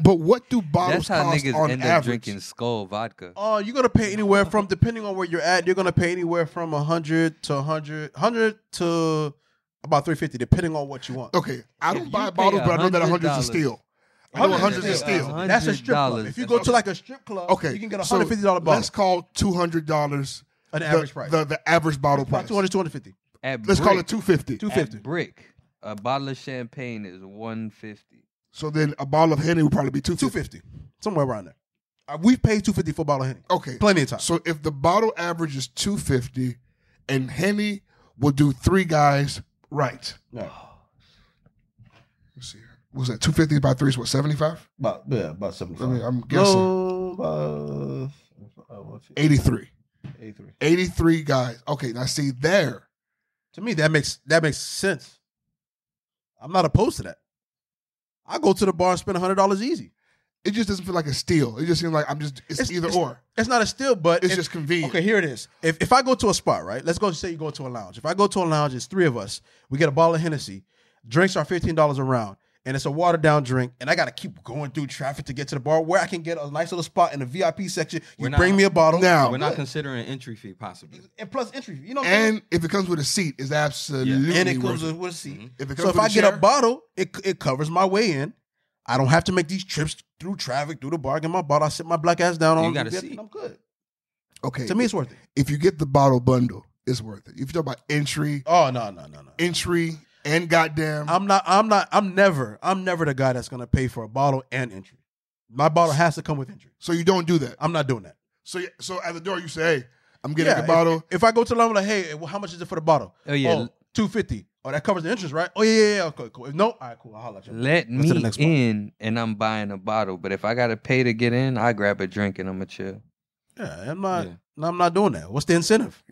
but what do bottles That's how cost niggas on end up average? drinking skull vodka. Oh, you're gonna pay anywhere from depending on where you're at. You're gonna pay anywhere from a hundred to a hundred, hundred to about three fifty, depending on what you want. Okay, I If don't you buy pay bottles, but I know that a hundred's a $100 steal. I know a $100 hundred's a steal. steal. That's a strip club. $100. If you go to like a strip club, Okay, you can get a so hundred fifty dollar bottle. Let's call two hundred dollars An average price. The, the average bottle price. About 200, 250. At Let's call Brick- it two fifty. Two- at 250. Brick, a bottle of champagne is one fifty. So then a bottle of Henny would probably be two fifty. 250. Somewhere around there. Uh, we've paid 250 for a bottle of Henny. Okay, Plenty of time. So if the bottle average is two fifty, and Henny will do three guys right. Yeah. Let's see. here. What's that? Two fifty by three is what seventy five. About, yeah, about 75. I mean, I'm guessing. No, uh, about Eighty three. 83. Eighty three guys. Okay, now see there. To me, that makes that makes sense. I'm not opposed to that. I go to the bar and spend $100 easy. It just doesn't feel like a steal. It just seems like I'm just it's, It's- either or. It's not a steal, but It's if- just convenient. Okay, here it is. If if I go to a spot, right? Let's go say you go to a lounge. If I go to a lounge, it's three of us. We get a bottle of Hennessy. Drinks are fifteen dollars a round, and it's a watered down drink. And I gotta keep going through traffic to get to the bar where I can get a nice little spot in the VIP section. You We're not- bring me a bottle Now We're not considering entry fee possibly. and plus entry. You know, what I'm saying? and if it comes with a seat, it's absolutely and it worth comes it. Mm-hmm. with with a seat. If it So comes if with I get a chair, bottle, it it covers my way in. I don't have to make these trips through traffic, through the bar, get my bottle. I sit my black ass down You on. got a the- seat. I'm good. okay. To me, it's worth it. if you get the bottle bundle, it's worth it. If you talk about entry, Oh no no no no. entry, and goddamn, I'm not. I'm not. I'm never. I'm never the guy that's gonna pay for a bottle and entry. My bottle has to come with entry. so you don't do that. I'm not doing that. So you- so at the door you say, hey, I'm getting Yeah, the bottle. If I go to the line, I'm like, hey, well, how much is it for the bottle? Oh, yeah. two fifty. Oh, that covers the interest, right? Oh yeah, yeah, yeah. Okay, cool. If no, all right, cool. I'll holler at you. Let's Let hit the me next one. in, and I'm buying a bottle. But if I gotta pay to get in, I grab a drink and I'ma chill. Yeah, I'm not. Yeah. No, I'm not doing that. What's the incentive?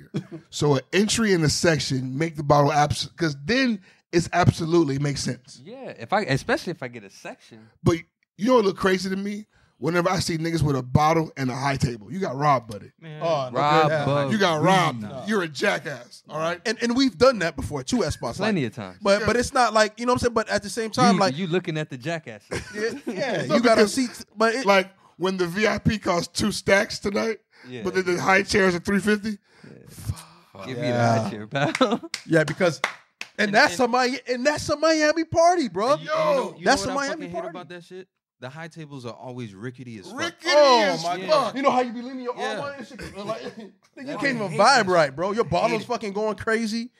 So an entry in the section make the bottle abs because then it's absolutely makes sense. Yeah, if I, especially if I get a section. But you know what look crazy to me? Whenever I see niggas with a bottle and a high table, you got robbed, buddy. Man, Oh, no, Rob yeah. Bug. You got robbed. Oh, Nah. You're a jackass. All right. And and we've done that before too, at spots. plenty like, of times. But but it's not like you know what I'm saying. But at the same time, you, like you looking at the jackass. yeah, yeah, No, you got a because- seat. But it, Like when the VIP costs two stacks tonight, Yeah. but then the high chairs are three fifty. Give me the hot Yeah. chair, pal. yeah, because and, that's a Miami and that's a Miami party, bro. You know, you that's know a what I Miami fucking party. hate about that shit? The high tables are always rickety as fuck. Rickety Oh as my fuck. god! You know how you be leaning your arm Yeah. on and shit? Like, you I can't even hate vibe this. right, bro. Your bottle's it. fucking going crazy.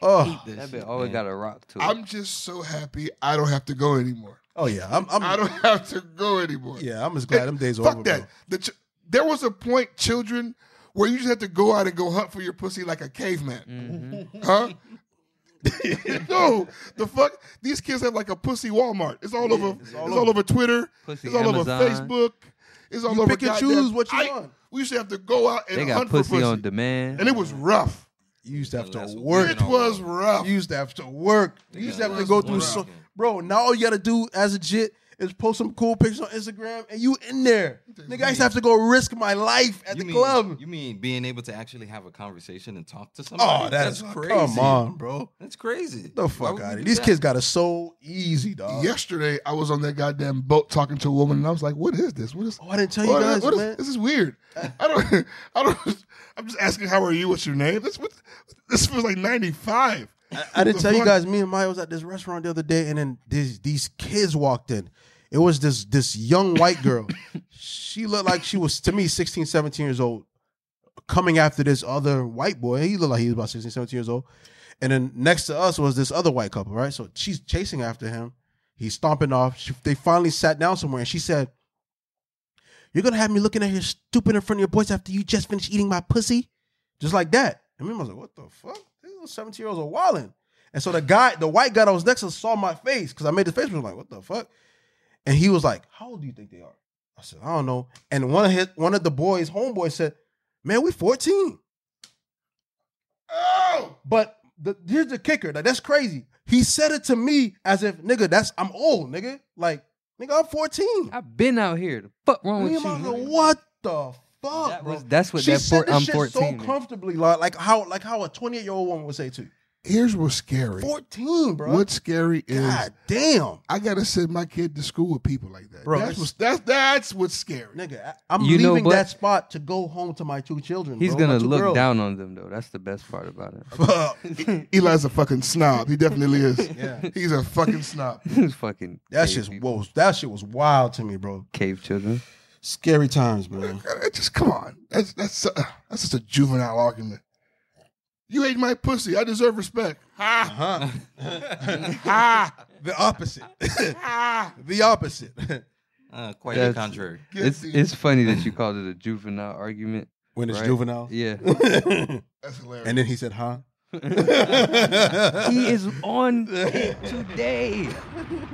Oh, This That shit, bitch always man. got a rock to it. I'm just so happy I don't have to go anymore. oh yeah. I'm. I'm I don't have to go anymore. yeah, I'm just glad them days are Fuck over. that. The ch- there was a point, children, where you just had to go out and go hunt for your pussy like a caveman. Mm-hmm. Huh? no, the fuck. These kids have like a pussy Walmart. It's all over. It's all, over Twitter. Pussy it's all over Amazon. Facebook. It's all You over. pick and goddamn- choose what you want. We used to have to go out and they got hunt pussy, for pussy, on demand. and it was rough. Bro. You used to have to That's what work. It was rough. You used to have to work. You used to have to go through. work. So, bro, now all you gotta do as a jit is post some cool pictures on Instagram, and you in there. Nigga, I used to have to go risk my life at You the mean, club. You mean being able to actually have a conversation and talk to somebody? Oh, that's, crazy. Come on, bro. That's crazy. The Why fuck would out we of do These that? kids got it so easy, dog. Yesterday, I was on that goddamn boat talking to a woman, and I was like, "What is this? What is? Oh, I didn't tell you what is- guys, what is- man. this is weird. I don't. I don't. I'm just asking, how are you? What's your name? This what, this feels like '95. I didn't The tell you fuck? guys. Me and Maya was at this restaurant the other day, and then these these kids walked in. It was this this young white girl. she looked like she was to me 16, 17 years old. coming after this other white boy. He looked like he was about 16, 17 years old. And then next to us was this other white couple, right? So she's chasing after him. He's stomping off. She, they finally sat down somewhere and she said, You're going to have me looking at here stupid in front of your boys after you just finished eating my pussy? Just like that. And me, I was like, What the fuck? These little 17 year olds are wilding. And so the guy, the white guy that was next to us saw my face because I made his face. I was like, What the fuck? And he was like, How old do you think they are? I said, I don't know. And one of his one of the boys, homeboy, said, Man, we 14. Oh, but the, here's the kicker. Like, that's crazy. He said it to me as if, nigga, that's I'm old, nigga. Like, nigga, I'm 14. I've been out here. The fuck wrong Me with and my you? girl, what the fuck? That bro? was- that's what she that said four- this I'm shit 14 so is. comfortably, like, like how like how a 28 year old woman would say too. Here's what's scary. 14, bro. What's scary is God damn, I gotta send my kid to school with people like that. Bro, that's it's- what's that's that's what's scary. nigga. I, I'm You know leaving what? that spot to go home to my two children. He's bro, my gonna two look girls. down on them though. That's the best part about it. Eli's a fucking snob. He definitely is. Yeah. He's a fucking snob. He's fucking That cave shit's people. whoa. That shit was wild to me, bro. cave children. Scary times, man. Uh, Just come on. That's that's uh, that's just a juvenile argument. You ate my pussy. I deserve respect. Huh? Ah. ha! The opposite. the opposite. Uh, quite That's- the contrary. Get It's the- it's funny that you called it a juvenile argument. When it's Right. juvenile. Yeah, and that's hilarious. then he said, huh? he is on it today.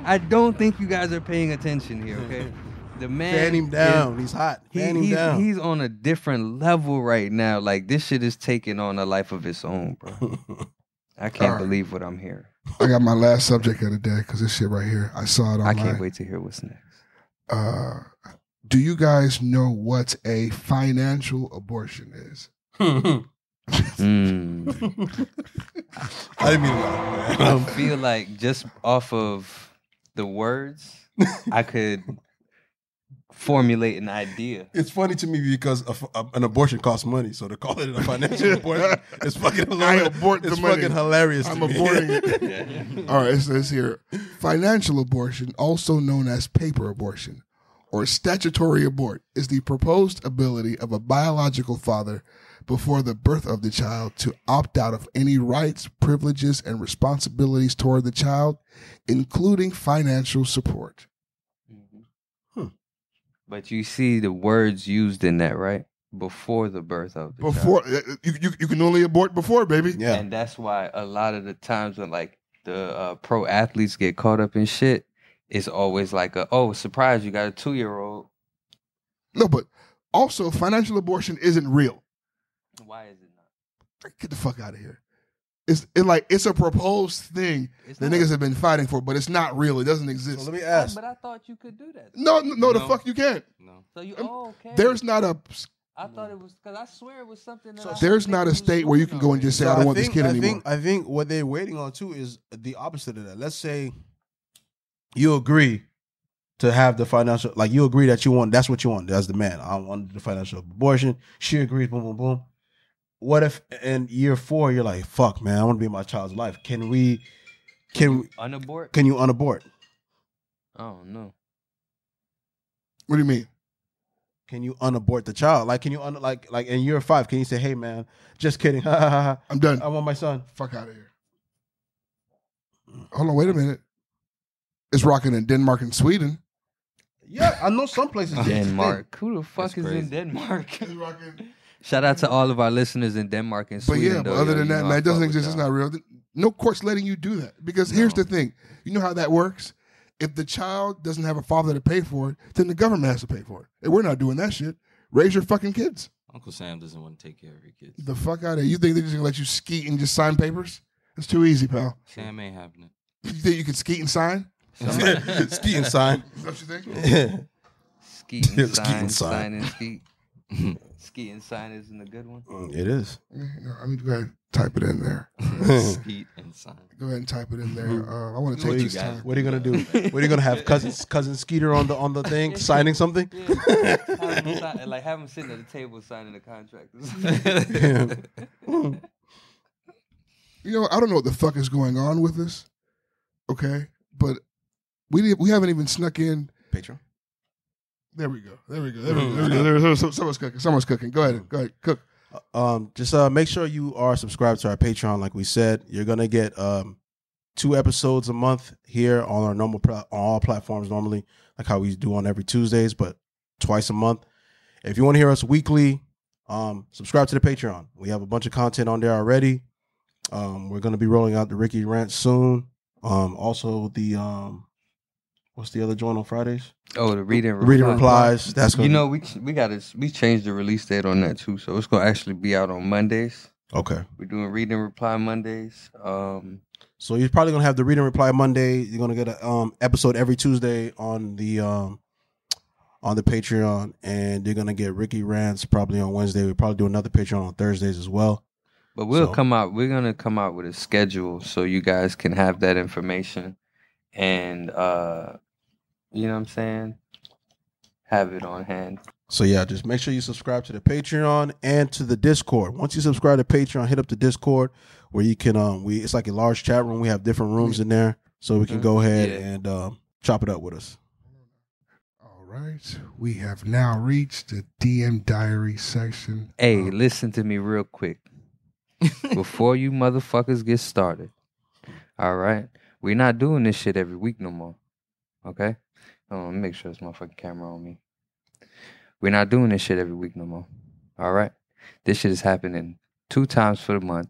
I don't think you guys are paying attention here. Okay, the man Fan him down. He's hot. He, Fan him he's, down. he's on a different level right now. Like this shit is taking on a life of its own, bro. I can't Alright. believe what I'm hearing. I got my last subject of the day because this shit right here. I saw it online. I can't wait to hear what's next. Uh, do you guys know what a financial abortion is? Mm. I didn't mean to laugh. I Um, man. feel like just off of the words, I could formulate an idea. It's funny to me because a f- a- an abortion costs money, so to call it a financial abortion is fucking I hilarious. abort the it's money. fucking hilarious. to I'm me. aborting it. All right, it says here financial abortion, also known as paper abortion or statutory abort, is the proposed ability of a biological father before the birth of the child to opt out of any rights, privileges, and responsibilities toward the child, including financial support. But you see the words used in that, right? Before the birth of the child. Before, uh, you, you, you can only abort before, baby. yeah. And that's why a lot of the times when like the uh, pro athletes get caught up in shit, it's always like a oh surprise you got a two year old. No, but also, financial abortion isn't real. Why is it not? Get the fuck out of here. It's it like it's a proposed thing It's the not- niggas have been fighting for, but it's not real. It doesn't So exist. let me Oh, ask. But I thought you could do that. No, no, no, the No. fuck you can't. No. So you Um, oh, okay. There's not a I thought it was because I swear it was something. That So I there's heard not a niggas was state where you can doing go and just say I don't want this think- kid I anymore. Think, I think what they're waiting on too is the opposite of that. Let's say you agree to have the financial, like you agree that you want, that's what you want. That's the man. I want the financial abortion. She agrees. Boom, boom, boom. What if in year four you're like, fuck, man, I want to be in my child's life. Can we? Can already. unabort. can you unabort? Oh no. What do you mean? Can you unabort the child? Like, can you un like like in year five? Can you say, hey, man, just kidding. I I'm done. want my son. fuck out of here. Hold on, wait a minute. It's rocking in Denmark and Sweden. Yeah, I know some places. that's the thing. Denmark. Who the fuck That's is in crazy. Denmark? It's rocking. Shout out to all of our listeners in Denmark and But Sweden. yeah, but though, other yo, than you that, know man, I it doesn't fuck with exist. It's y'all. not real. No court's letting you do that because here's the thing. You know how that works. If the child doesn't have a father to pay for it, then the government has to pay for it. And we're not doing that shit. Raise your fucking kids. Uncle Sam doesn't want to take care of your kids. The fuck out of here. You think they're just gonna let you skeet and just sign papers? It's too easy, pal. Sam ain't happening. You think you could skeet and sign? Ski and sign. Is that what you think? Skeet and Skeet sign, and sign. sign and skeet. skeet and sign isn't a good one. It is. No, I mean, go ahead, type it in there. Skeet and sign. Go ahead and type it in there. Uh, I want to take What are, you, this time. what are you gonna do? What are you gonna have cousins cousin Skeeter on the on the thing signing something? Yeah, have 'em sign- like have them sitting at the table signing the contract. You know, I don't know what the fuck is going on with this. Okay, but we did, we haven't even snuck in. Patreon. There we go. There we go. There we go. There we go. There, there, someone's cooking. Someone's cooking. Go ahead. Go ahead. Cook. Um, just uh, make sure you are subscribed to our Patreon. Like we said, you're gonna get um, two episodes a month here on our normal pla- on all platforms normally, like how we do on every Tuesdays, but twice a month. If you want to hear us weekly, um, subscribe to the Patreon. We have a bunch of content on there already. Um, we're gonna be rolling out the Ricky Rant soon. Um, also the um, what's the other joint on Fridays? Oh, the read and Reading replies. That's gonna You know, we we got to we changed the release date on that too, so it's gonna actually be out on Mondays. okay. We're doing read and reply Mondays. Um, So you're probably gonna have the read and reply Monday. You're gonna get a um, episode every Tuesday on the um, on the Patreon, and you're gonna get Ricky Rants probably on Wednesday. We will probably do another Patreon on Thursdays as well. but we'll So- come out. We're gonna come out with a schedule so you guys can have that information, and uh, you know what I'm saying. Have it on hand. So yeah, just make sure you subscribe to the Patreon and to the Discord. Once you subscribe to Patreon, hit up the Discord where you can um we it's like a large chat room. We have different rooms in there, so we can go ahead Yeah. and um, chop it up with us. All right, we have now reached the DM diary section. Um, Hey, of listen to me real quick. Before you motherfuckers get started, all right? We're not doing this shit every week no more, okay? Hold on, let me make sure this motherfucking camera on me. We're not doing this shit every week no more, all right? This shit is happening two times for the month.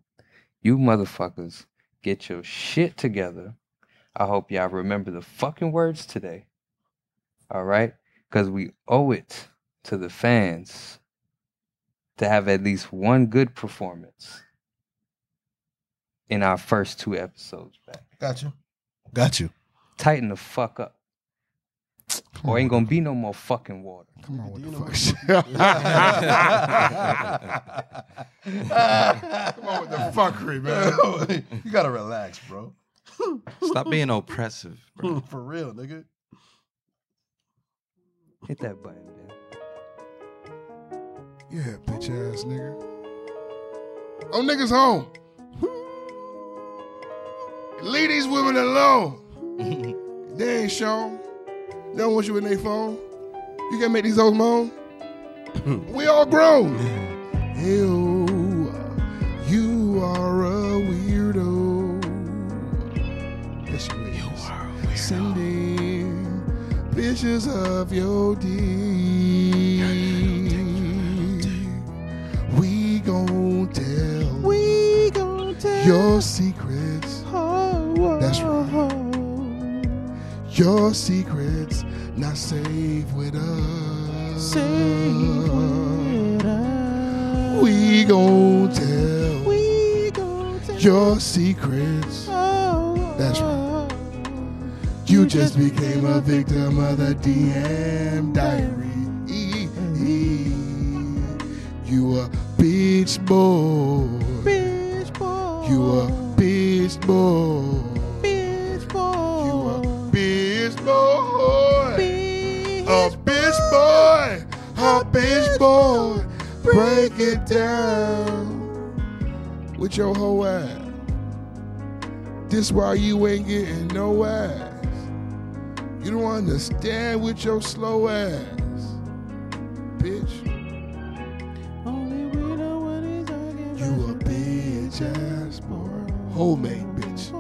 You motherfuckers get your shit together. I hope y'all remember the fucking words today, all right? Because we owe it to the fans to have at least one good performance in our first two episodes back. Got you, got you. Tighten the fuck up, Come or on, ain't gonna be no more fucking water. come on with You the know fuck what- Come on with the fuckery, man. you gotta relax, bro. Stop being oppressive. Bro. For real, nigga. Hit that button, man. yeah, bitch ass nigga. Oh, niggas home. Leave these women alone. they ain't shown. They don't want you in their phone. You can make these hoes moan. we all grown. Ew, you are a weirdo. Yes, you is. Sending pictures of your dick. We gon' tell. We gon' tell your secrets. That's right. Your secrets not safe with us. We gon' tell. We gon' tell Oh. your secrets. That's right. You, just became a victim of the DM diary. Mm-hmm. You a bitch boy. Bitch boy. You a bitch boy. Bitch boy. You a bitch boy. a bitch boy. A bitch boy. Break it down with your whole ass. This why you ain't getting no ass. You don't understand with your slow ass, bitch. You a bitch ass boy, homemade bitch,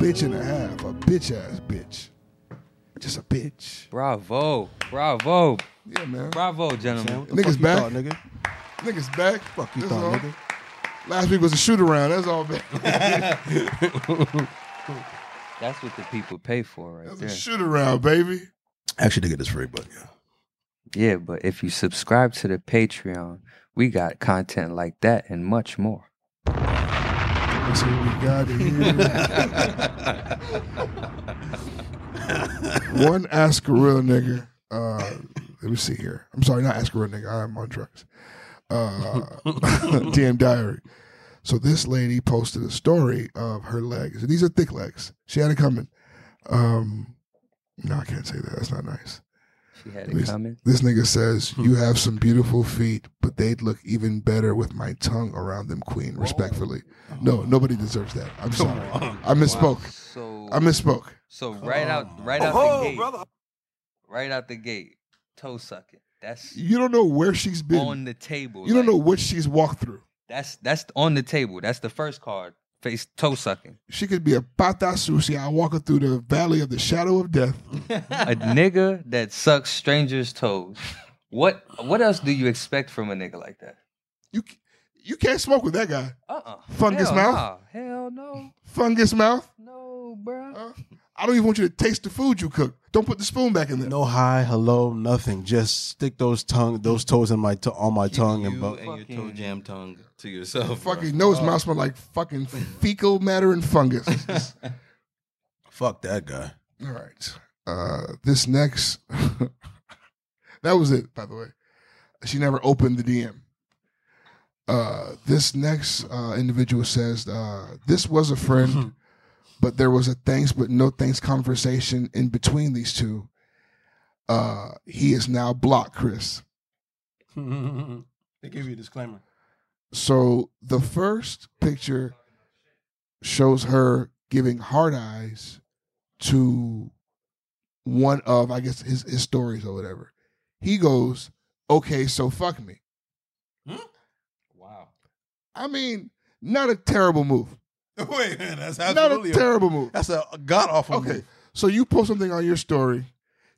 bitch and a half, a bitch ass bitch, just a bitch. Bravo, bravo, Yeah, man. bravo, gentlemen. Niggas Niggas back. back, nigga. Niggas back. Fuck You thought, nigga. Last week was a shoot around. That's all. Back. That's what the people pay for right That's there. a shoot around, baby. Actually, nigga, this free, but yeah. yeah, but if you subscribe to the Patreon, we got content like that and much more. That's what we got here. One ask a real nigga. Uh, let me see here. I'm sorry, not ask a real nigga. I'm on drugs. Uh, DM diary. So this lady posted a story of her legs. These are thick legs. She had it coming. Um, no, I can't say that. That's not nice. She had Please. it coming. This nigga says, You have some beautiful feet, but they'd look even better with my tongue around them, queen, respectfully. No, nobody deserves that. I'm sorry. I misspoke. So I Oh, misspoke. so right out right out the gate. Right out the gate, toe sucking. That's You don't know where she's been. on the table. you don't like, know what she's walked through. That's that's on the table. That's the first card. Face toe sucking. She could be a pata sushi. I walking through the valley of the shadow of death. a nigga that sucks strangers' toes. What what else do you expect from a nigga like that? You c- you can't smoke with that guy. Uh uh Fungus Hell mouth? nah. Hell no. Fungus mouth. No, bruh. Uh, I don't even want you to taste the food you cook. Don't put the spoon back in there. No hi, hello, nothing. Just stick those tongue, those toes in my to- on my tongue and you bu- and your toe Fucking- jam tongue to yourself. bro. Fucking nose mouth smell like fucking fecal matter and fungus. fuck that guy. All right. Uh, this next, that was it. By the way, she never opened the DM. Uh, this next uh, individual says, uh, "This was a friend, but there was a thanks but no thanks conversation in between these two. Uh, he is now blocked, Chris. they give you a disclaimer. So the first picture shows her giving hard eyes to one of, I guess, his, his stories or whatever. He goes, Okay, so fuck me. Wow. I mean, not a terrible move. Wait, man, that's not a terrible move. that's a god awful. Okay, so you post something on your story.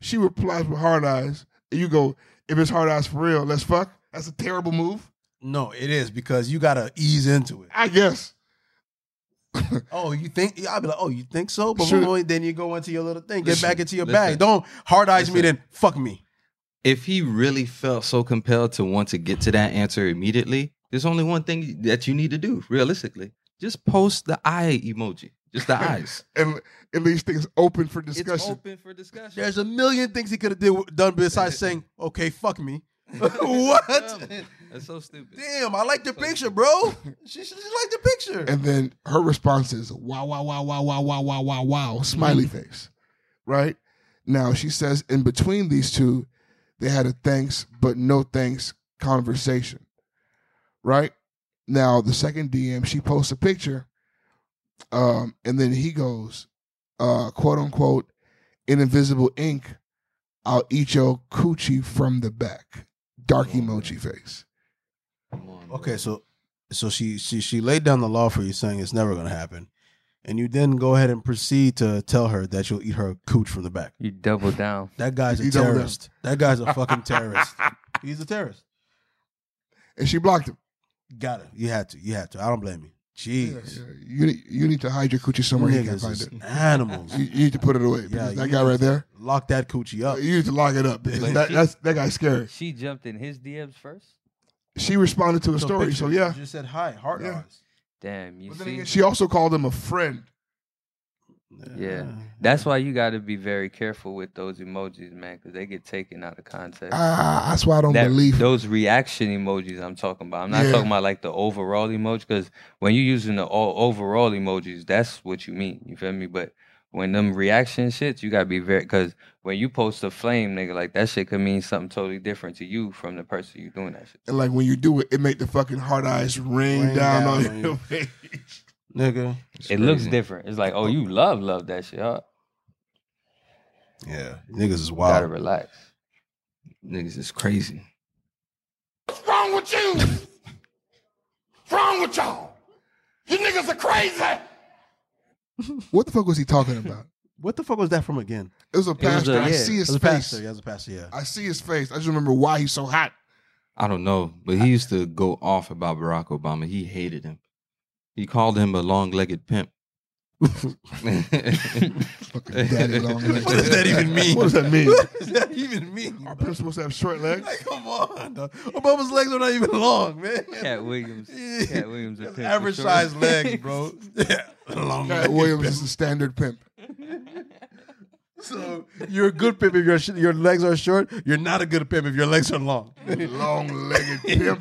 She replies with hard eyes. And you go, If it's hard eyes for real, let's fuck. That's a terrible move. No, it is because you gotta ease into it. I guess. Oh, you think? I'll be like, oh, you think so? But Sure. boom, then you go into your little thing, get Listen, back into your listen, bag. Don't hard eyes me, listen. then fuck me. If he really felt so compelled to want to get to that answer immediately, there's only one thing that you need to do, realistically. Just post the eye emoji. Just the eyes. And at least things open for discussion. It's open for discussion. There's a million things he could have did, done besides saying, okay, fuck me. what? Dumb. That's so stupid. Damn, I like the picture, bro. She, she liked the picture. And then her response is wow, wow, wow, wow, wow, wow, wow, wow, wow, smiley face. Right? Now she says in between these two, they had a thanks but no thanks conversation. Right? Now the second DM, she posts a picture. Um, and then he goes, uh, quote unquote, in invisible ink, I'll eat your coochie from the back. Dark emoji face. Come on, bro. Okay, so so she she she laid down the law for you, saying it's never gonna happen, and you then go ahead and proceed to tell her that you'll eat her cooch from the back. You double down. That guy's a You doubled terrorist. That guy's a fucking terrorist. He's a terrorist. And she blocked him. Got it. You had to. You had to. I don't blame you. Jeez, You, you need to hide your coochie somewhere he can't niggas find is it. animals. You, you Oh. need to put it away. Yeah, because that you guy need right there, Lock that coochie up. you need to lock it up. Because that, that's, that guy's scary. She jumped in his DMs first. She responded to a story, so yeah. just said hi, hard Yeah. eyes. Damn, you But then see. again, she also called him a friend. yeah. Mm-hmm. That's why you got to be very careful with those emojis, man, because they get taken out of context. Ah, that's why I don't That- believe. those reaction emojis I'm talking about. I'm not Yeah. talking about like the overall emoji because when you're using the all overall emojis, that's what you mean. You feel me? But when them reaction shits, you gotta be very because when you post a flame, nigga, like that shit could mean something totally different to you from the person you doing that shit. to. And like when you do it, it make the fucking hard eyes rain, down, Rain down on on your you. face. nigga. it looks different. It's like, oh, you love love that shit. Huh? Yeah, niggas is Gotta wild. relax. Niggas is crazy. What's wrong with you? What's wrong with y'all? You niggas are crazy. what the fuck was he talking about? What the fuck was that from again? It was a a- pastor. I yeah, see his As a face. pastor, yeah, as a pastor, yeah. I see his face. I just remember why he's so hot. I don't know, but he used to go off about Barack Obama. He hated him. He called him a long-legged pimp. Fucking daddy long legs. What does that even mean? What does that mean? what does that even mean? Are pimps supposed to have short legs? Like, come on, dog. Obama's legs are not even long, man. Cat Williams. Cat Williams. a That's pimp for average sure. size legs, bro. yeah, long Cat legs. Williams is a standard pimp. So you're a good pimp if your sh- your legs are short. You're not a good pimp if your legs are long. Long legged pimp.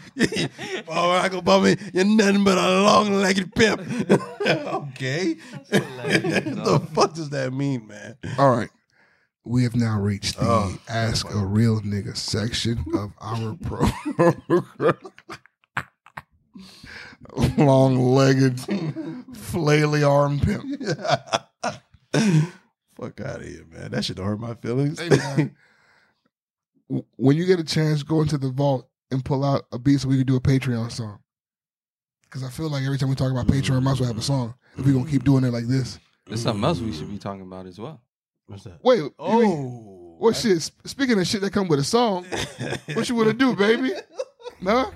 oh, Barack Obama, you're nothing but a long-legged pimp. okay, the fuck does that mean, man? All right. We have now reached the Ask a Real Nigga section of our program. Long legged, flaily arm pimp. Fuck out of here, man. That should hurt my feelings. Hey, man. w- when you get a chance, go into the vault and pull out a beat so we can do a Patreon song. Because I feel like every time we talk about Patreon, I might as well have a song. If we're gonna keep doing it like this, There's something else we should be talking about as well. What's that? wait. you mean- Oh, what shit? sp- Speaking of shit that come with a song, what you wanna do, baby? Huh?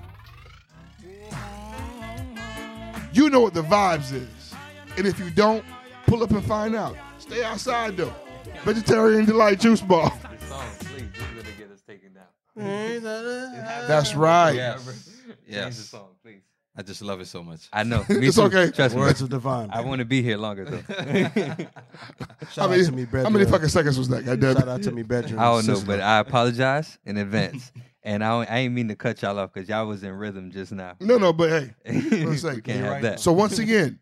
You know what the vibes is, and if you don't, pull up and find out. Stay outside though. Vegetarian delight juice bar. That's right. Yes. I just love it so much. I know. Me It's too. okay. Trust me. Words of divine. I want to be here longer though. Shout I mean, out to me, how brethren. many fucking seconds was that? Goddamn Shout it. out to me, brethren. I don't know, but I apologize in advance, and I don't- I ain't mean to cut y'all off because y'all was in rhythm just now. No, no, but hey. we second. can't have You're right. that. So once again,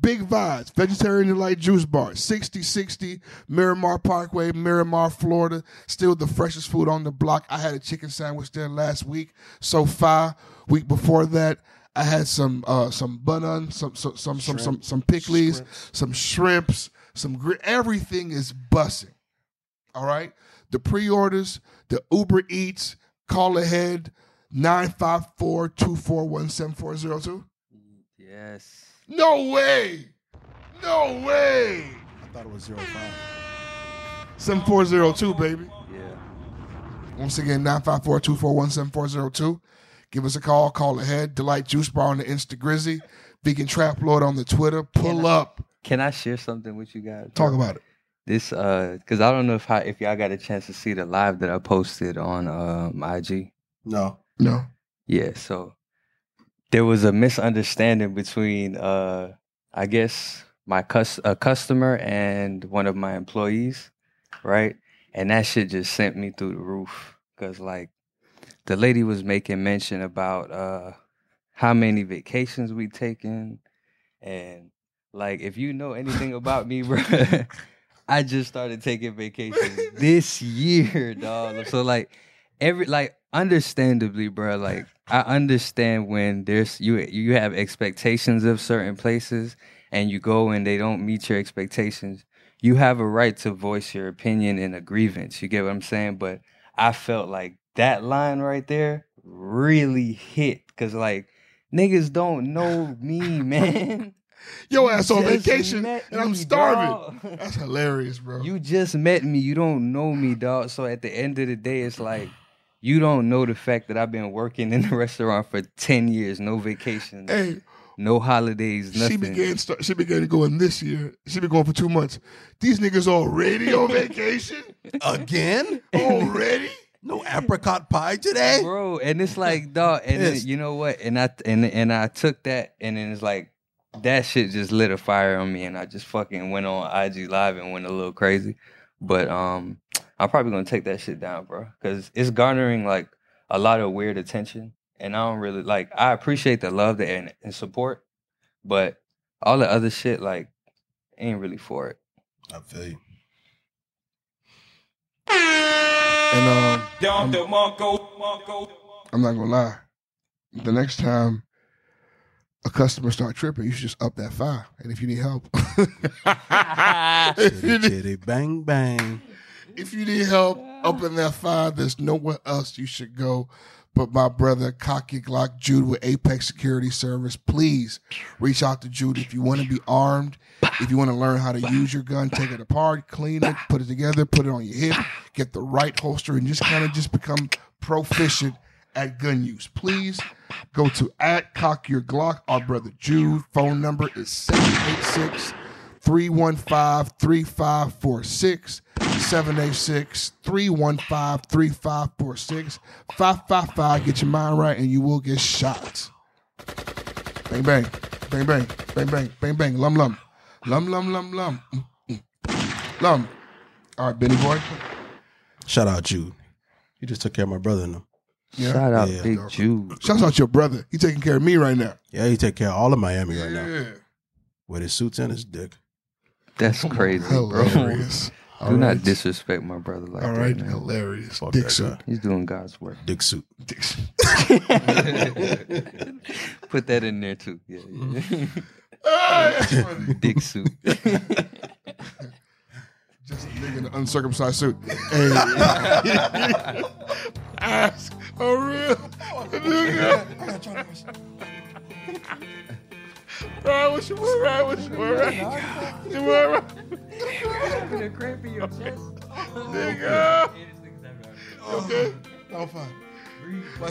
Big Vibes, Vegetarian Delight Juice Bar, 6060 Miramar Parkway, Miramar, Florida. Still the freshest food on the block. I had a chicken sandwich there last week. So far, week before that, I had some uh, some bunun, some some some some some, some pickles, some shrimps, some gr- everything is bussing. All right. The pre orders, the Uber Eats, call ahead 954 241 7402. Yes. No way! No way! I thought it was zero five. 7402, baby. Yeah. Once again, 954 241 7402. Give us a call, call ahead. Delight Juice Bar on the Insta Grizzy, Vegan Trap Lord on the Twitter. Pull up, Can I share something with you guys? talk about it. this uh because I don't know if I, if y'all got a chance to see the live that I posted on um IG. No. No. Yeah, so there was a misunderstanding between uh I guess my cus- a customer and one of my employees, right? And that shit just sent me through the roof cuz like the lady was making mention about uh how many vacations we taken and like if you know anything about me, bro, I just started taking vacations this year, dog. So like every like understandably bro like i understand when there's you you have expectations of certain places and you go and they don't meet your expectations you have a right to voice your opinion in a grievance you get what i'm saying but i felt like that line right there really hit because like niggas don't know me man Yo ass on Just vacation met and I'm me, starving. dawg. That's hilarious, bro. You just met me. You don't know me, dog. So at the end of the day, it's like you don't know the fact that I've been working in the restaurant for ten years, no vacations, hey, no holidays, She nothing. began start, she began going this year. She been going for two months. These niggas already on vacation? Again? Already? No apricot pie today? bro. And it's like, dog. And then, Pissed. you know what? And I and and I took that, and then it's like that shit just lit a fire on me, and I just fucking went on IG Live and went a little crazy. But um, I'm probably gonna take that shit down, bro, because it's garnering like a lot of weird attention, and I don't really like. I appreciate the love that- and, and support, but all the other shit like ain't really for it. I feel you. And um I'm not gonna lie. The next time a customer start tripping, you should just up that fire. And if you need help, if, you Chitty, need, chitty, bang, bang. if you need help up in that fire, there's nowhere else you should go. But my brother, Cocky Glock Jude with Apex Security Service, please reach out to Jude if you want to be armed. If you want to learn how to use your gun, take it apart, clean it, put it together, put it on your hip, get the right holster, and just kind of just become proficient at gun use. Please go to at cock your Glock. Our brother Jude phone number is 786 315 3546. 786 315 3546. 555. Get your mind right and you will get shot. Bang, bang. Bang, bang. Bang, bang. Bang, bang. Lum, lum. Lum, lum, lum, lum. Mm, mm. Lum. All right, Benny Boy. Shout out Jude. You just took care of my brother and them. Yeah. Shout out, Yeah. Big Jude. Shouts out your brother. He taking care of me right now. Yeah, he take care of all of Miami right now. Yeah. With his suits and his dick. That's crazy, bro. Do Hilarious. not disrespect my brother like All that. right, man. hilarious. Fuck that Dixon. He's doing God's work. Dick suit. Dixon. Put that in there too. Yeah, yeah. Mm-hmm. Ah, that's funny. Dick suit. Just a nigga in an uncircumcised suit. Ask a real nigga. Ride with you, boy. Ride with you, boy. Ride with you, boy. Ride with you, Nigga. Okay. I'm fine.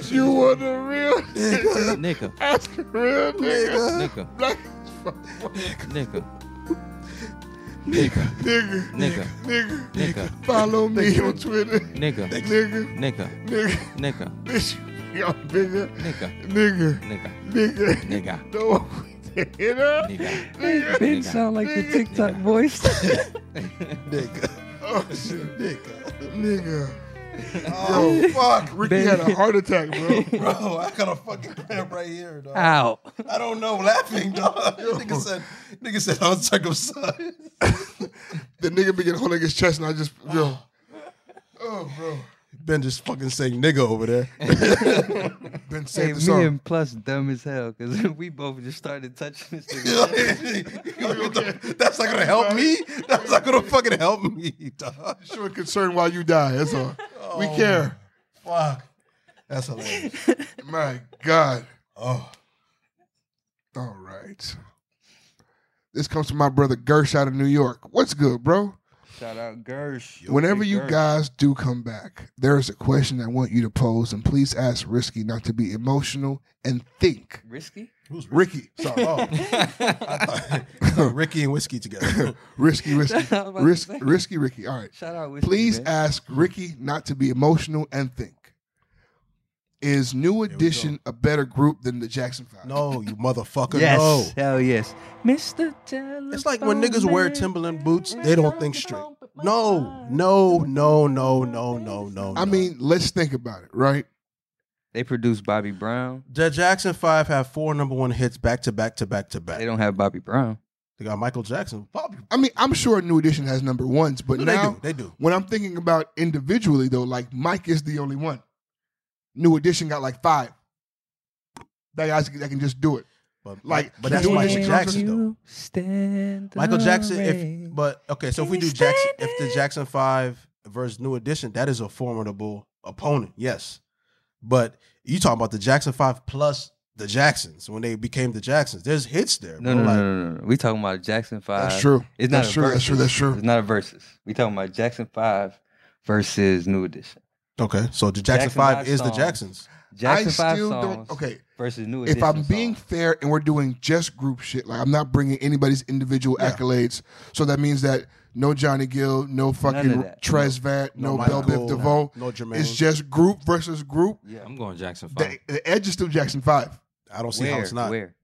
You want a real nigga. Nigga, Ask a real nigga. nigga, Black nigga, nigga. nigga, Nigga. nigga, Follow me on Twitter. nigga, Nigga. nigga, Nigga. nigga, Bitch. Y'all nigga. nigga, Nigga. nigga, Nigga. nigga, No, you know? nigga. Nigga. Ben sound like the TikTok voice. Oh, shit. Nigga. Nigga. Oh, fuck. Ricky had a heart attack, bro. Bro, I got a fucking cramp right here, dog. Ow. I don't know, laughing, dog. nigga said, nigga said, I'm circumcised. the nigga began holding his chest, and I just, yo. Oh, bro. Ben just fucking saying nigga over there. Ben Hey, saved me the song. and Plus dumb as hell because we both just started touching this thing. That's not gonna help me. That's not gonna fucking help me, dog. Show concern while you die. That's all. We Oh, care. Fuck. That's hilarious. My God. Oh, All right. This comes from my brother Gersh out of New York. What's good, bro? Shout out Gersh. Whenever Big you Gersh. guys do come back, there is a question I want you to pose, and please ask Risky not to be emotional and think. Risky? who's Ricky, sorry. Oh, I thought- Ricky and whiskey together. Risky, risky, That's what I was about to Risk, say. risky, Ricky. All right. Shout out Whiskey. Please man. ask Ricky not to be emotional and think. Is New Edition a better group than the Jackson Five? No, you motherfucker. Yes. No. Hell yes. Mr. Telephone It's like when niggas wear Man. Timberland boots, they don't think straight. No, no, no, no, no, no, no. I no. mean, let's think about it, right? They produced Bobby Brown. the Jackson Five have four number one hits back to back to back to back. They don't have Bobby Brown. They got Michael Jackson, Bobby. I mean, I'm sure New Edition has number ones, but No, they now do. They do. when I'm thinking about individually though, like Mike is the only one. New Edition got like five. That guys that can just do it. But Like, like, but that's New Michael Edition- Jackson though. Stand Michael Jackson. If but okay, so if we do Jackson, if the Jackson Five versus New Edition, that is a formidable opponent. Yes, but you talking about the Jackson Five plus the Jacksons when they became the Jacksons. There's hits there. no, bro. no, no, like, no, no, no. We talking about Jackson Five. That's true. It's not that's a true. That's versus. true. That's true. It's not a versus. We talking about Jackson Five versus New Edition. Okay, so the Jackson, Jackson Five Five is the songs. Jacksons. Jackson I Five still songs don't. Okay, versus New Edition. if I'm being songs. fair and we're doing just group shit, like I'm not bringing anybody's individual Yeah. accolades, so that means that no Johnny Gill, no fucking that. Trez Vant, no, Bell Biv DeVoe. no Jermaine. It's just group versus group. I'm going Jackson Five. The, the edge is still Jackson Five. I don't see where, how it's not. where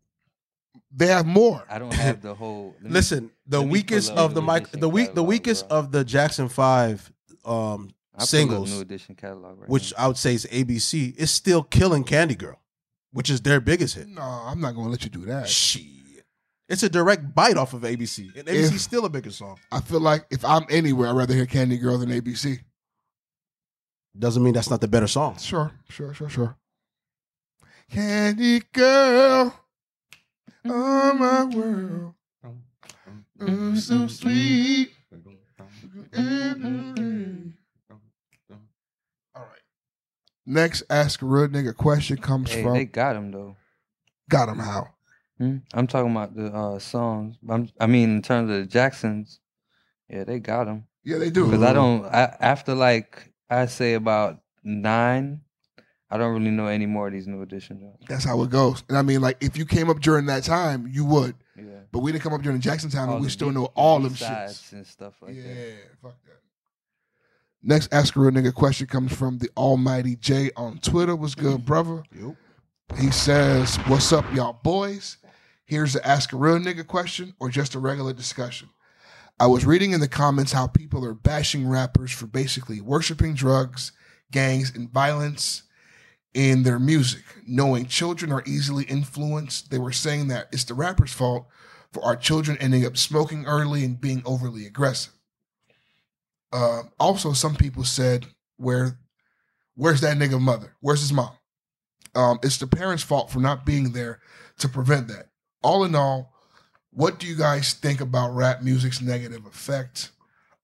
They have more. I don't have the whole. let me- Listen, the let me weakest pull up of the New mic, Edition the weak, the catalog, weakest bro. of the Jackson Five, um, I pull up singles, New Edition catalog, right which now. I would say is ABC, is still killing Candy Girl, which is their biggest hit. No, I'm not gonna let you do that. Shit, it's a direct bite off of ABC, and ABC If- is still a bigger song. I feel like if I'm anywhere, I'd rather hear Candy Girl than ABC. Doesn't mean that's not the better song. Sure, sure, sure, sure. Candy Girl, oh my world, oh so Mm-hmm. sweet. Mm-hmm. All right. Next, ask a real nigga question comes Hey, from they got him though. Got him how? Hmm? I'm talking about the uh, songs. I'm, I mean, in terms of the Jacksons, yeah, they got him. Yeah, they do. Because I don't. I, after like I say about nine, I don't really know any more of these new edition joints. That's how it goes. And I mean, like, if you came up during that time, you would. Yeah, But we didn't come up during Jackson time, All and we Oh, the still B- know all them B-sides shits. and stuff like yeah, that. fuck that. Next ask a real nigga question comes from the Almighty J on Twitter. What's good, Mm-hmm. brother? Yup. He says, "What's up, y'all boys? Here's the ask a real nigga question or just a regular discussion." I was reading in the comments how people are bashing rappers for basically worshiping drugs, gangs, and violence in their music. Knowing children are easily influenced, they were saying that it's the rapper's fault for our children ending up smoking early and being overly aggressive. Uh, also, some people said, "Where, where's that nigga mother? Where's his mom?" Um, it's the parents' fault for not being there to prevent that. All in all, what do you guys think about rap music's negative effect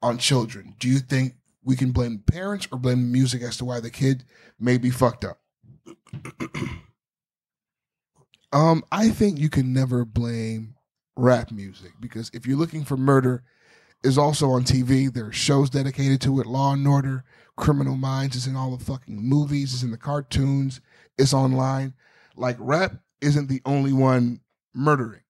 on children, do you think we can blame parents or blame music as to why the kid may be fucked up? um, I think you can never blame rap music because if you're looking for murder, is also on TV. There are shows dedicated to it. Law and Order, Criminal Minds is in all the fucking movies. It's in the cartoons. It's online. Like rap isn't the only one murdering.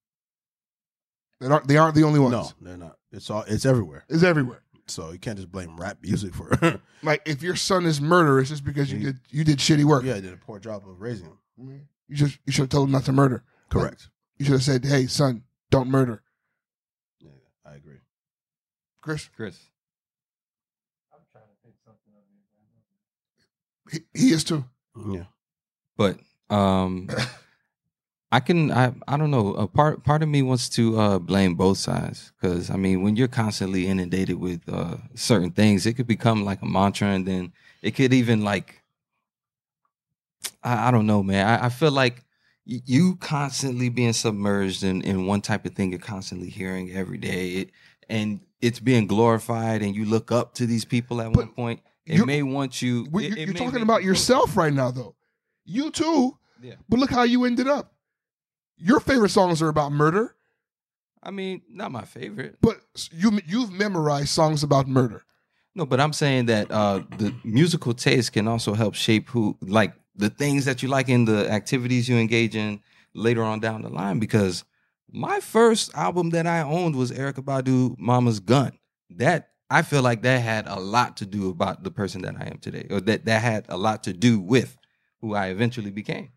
They aren't. They aren't the only ones. No, they're not. It's all it's everywhere. It's everywhere. So you can't just blame rap music for. yeah, Like if your son is murderous, it's because you did you did shitty work. I did a poor job of raising him. Mm-hmm. You just you should have told him not to murder. Correct. You should have said, "Hey, son, don't murder." Yeah, I agree. Chris, Chris. he, he is too. Yeah. but um i can i i don't know a part part of me wants to uh blame both sides because i mean when you're constantly inundated with uh certain things it could become like a mantra and then it could even like i, I don't know man i, I feel like y- you constantly being submerged in, in one type of thing you're constantly hearing every day it, and it's being glorified and you look up to these people at But one point it you- may want you We, it- you're it you're may talking make about you- yourself right now, though. You too. Yeah. But look how you ended up. Your favorite songs are about murder, i mean not my favorite but you you've memorized songs about murder. No, but I'm saying that uh, the musical taste can also help shape who, like, the things that you like and the activities you engage in later on down the line. Because my first album that I owned was Erica Badu, Mama's Gun. That I feel like that had a lot to do about the person that I am today, or that that had a lot to do with who I eventually became.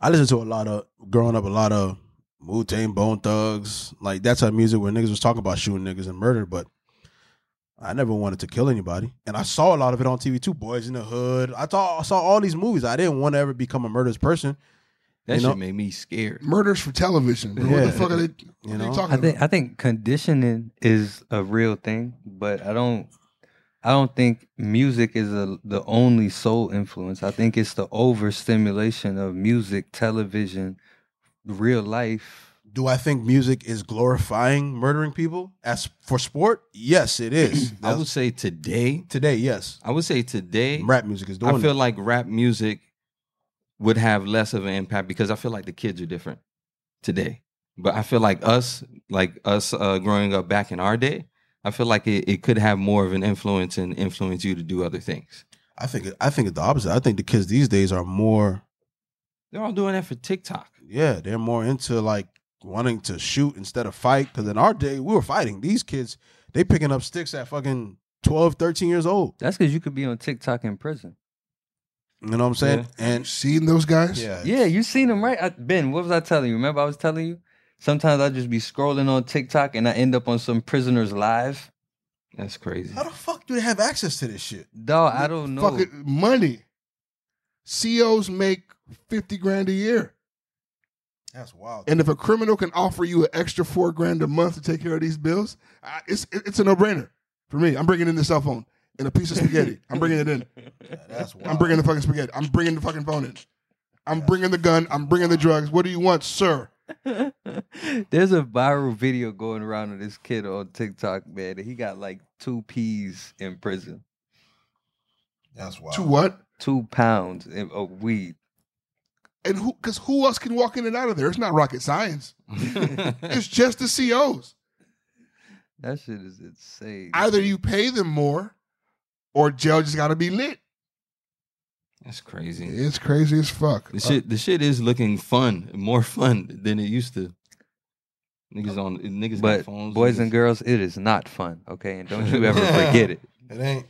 I listened to a lot of growing up, a lot of Wu Tang, Bone Thugs, like that type of music where niggas was talking about shooting niggas and murder, but I never wanted to kill anybody, and I saw a lot of it on TV too. Boys in the Hood. I saw I saw all these movies. I didn't want to ever become a murderous person. That You shit know- made me scared. Murders for television. Bro. What Yeah. the fuck are they, what are they know? talking I think about? I think conditioning is a real thing, but I don't I don't think music is a, the only sole influence. I think it's the overstimulation of music, television, real life. Do I think music is glorifying murdering people as for sport? Yes, it is. I would say today, today, yes, I would say today, rap music is doing. I feel it. like rap music would have less of an impact because I feel like the kids are different today. But I feel like us, like us uh, growing up back in our day, I feel like it, it could have more of an influence and influence you to do other things. I think I think it's the opposite. I think the kids these days are more They're all doing that for TikTok. yeah, they're more into like wanting to shoot instead of fight. Cause in our day, we were fighting. These kids, they picking up sticks at fucking 12, 13 years old. That's because you could be on TikTok in prison. You know what I'm saying? You And seen those guys? yeah, Yeah, you seen them right, I, Ben. What was I telling you? Remember, I was telling you. Sometimes I just be scrolling on TikTok and I end up on some prisoners live. That's crazy. How the fuck do they have access to this shit? Dog, I don't know. Fucking money. COs make fifty grand a year, That's wild. and if a criminal can offer you an extra four grand a month to take care of these bills, I, it's it's a no brainer for me. I'm bringing in the cell phone and a piece of spaghetti. I'm bringing it in. That's wild. I'm bringing the fucking spaghetti. I'm bringing the fucking phone in. I'm bringing the gun. I'm bringing the drugs. What do you want, sir? There's a viral video going around of this kid on TikTok, man. and He got like two peas in prison, That's wild. To what? two pounds in- of weed. And who? Because who else can walk in and out of there? It's not rocket science. It's just the COs. That shit is insane. Either you pay them more, or jail just got to be lit. That's crazy. It's crazy as fuck. The shit, the shit is looking fun, more fun than it used to. Niggas on niggas got but phones. boys niggas- and girls, it is not fun. Okay, and don't you ever forget it. It ain't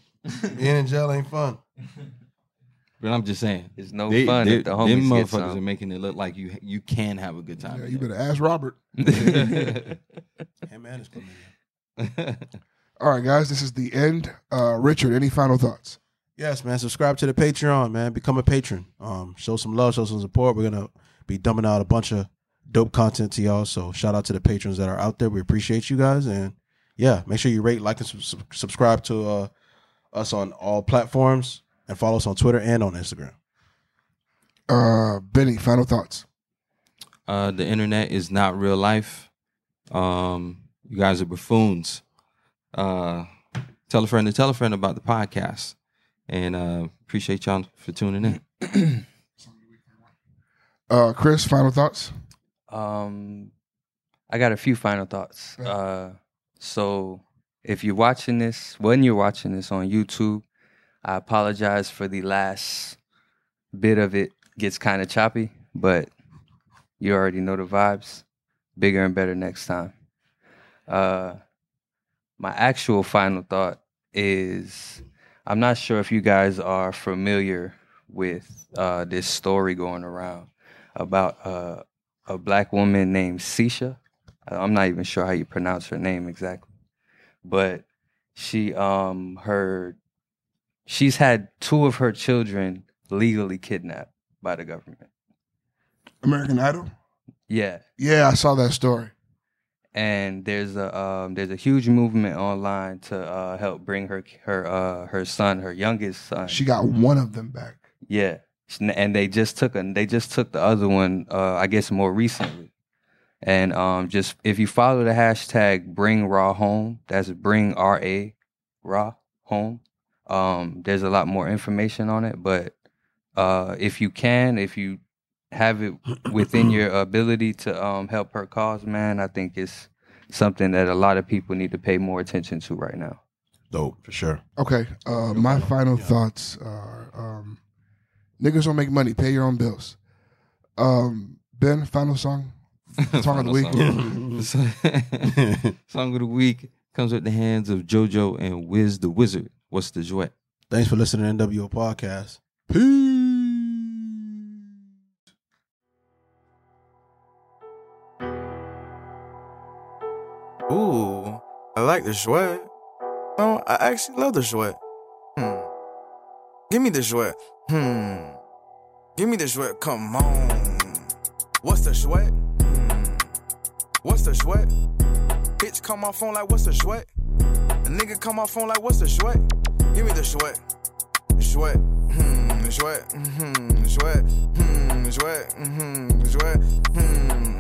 being in jail ain't fun. But I'm just saying, It's no fun if the them homies get motherfuckers some. are making it look like you you can have a good time. Uh, Yeah, in you there. better ask Robert. Hey man, it's coming. All right, guys, this is the end. Uh, Richard, any final thoughts? Yes, man. Subscribe to the Patreon, man. Become a patron. Um, show some love, show some support. We're gonna be dumping out a bunch of dope content to y'all. So shout out to the patrons that are out there. We appreciate you guys, and yeah, make sure you rate, like, and sub- sub- subscribe to uh, us on all platforms, and follow us on Twitter and on Instagram. Uh, Benny, final thoughts. uh, the internet is not real life. Um, you guys are buffoons. Uh, Tell a friend to tell a friend about the podcast. And uh, appreciate y'all for tuning in. Uh, Chris, final thoughts. Um, I got a few final thoughts. Uh, so if you're watching this, when you're watching this on YouTube, I apologize for the last bit of it gets kind of choppy, but you already know the vibes. Bigger and better next time. Uh, my actual final thought is I'm not sure if you guys are familiar with uh, this story going around about uh, a black woman named Sisha. Uh, I'm not even sure how you pronounce her name exactly, but she um her she's had two of her children legally kidnapped by the government. American Idol. Yeah, Yeah, I saw that story. and there's a um, there's a huge movement online to uh, help bring her her uh, her son, her youngest son. She got one of them back. Yeah, and they just took a, they just took the other one. Uh, I guess more recently. And um, just if you follow the hashtag Bring Raw Home, that's Bring R A Raw Home. Um, there's a lot more information on it, but uh, if you can, if you have it within your ability to um, help her cause, man, I think it's something that a lot of people need to pay more attention to right now. Dope for sure. Okay. Uh, my final thoughts are um, niggas don't make money. Pay your own bills. Um, ben, final song. Song of the week. week. Song of the week comes with the hands of JoJo and Wiz the Wizard. What's the duet? Thanks for listening to NWO podcast. Peace. Ooh, I like the sweat. No, I actually love the sweat. Hmm. Give me the sweat. Hmm. Give me the sweat. Come on. What's the sweat? Hmm. What's the sweat? Bitch, call my phone like what's the sweat? A nigga call my phone like what's the sweat? Give me the sweat. Sweat. Hmm. Sweat. Hmm. Sweat. Hmm. Sweat. Hmm. Sweat. Hmm.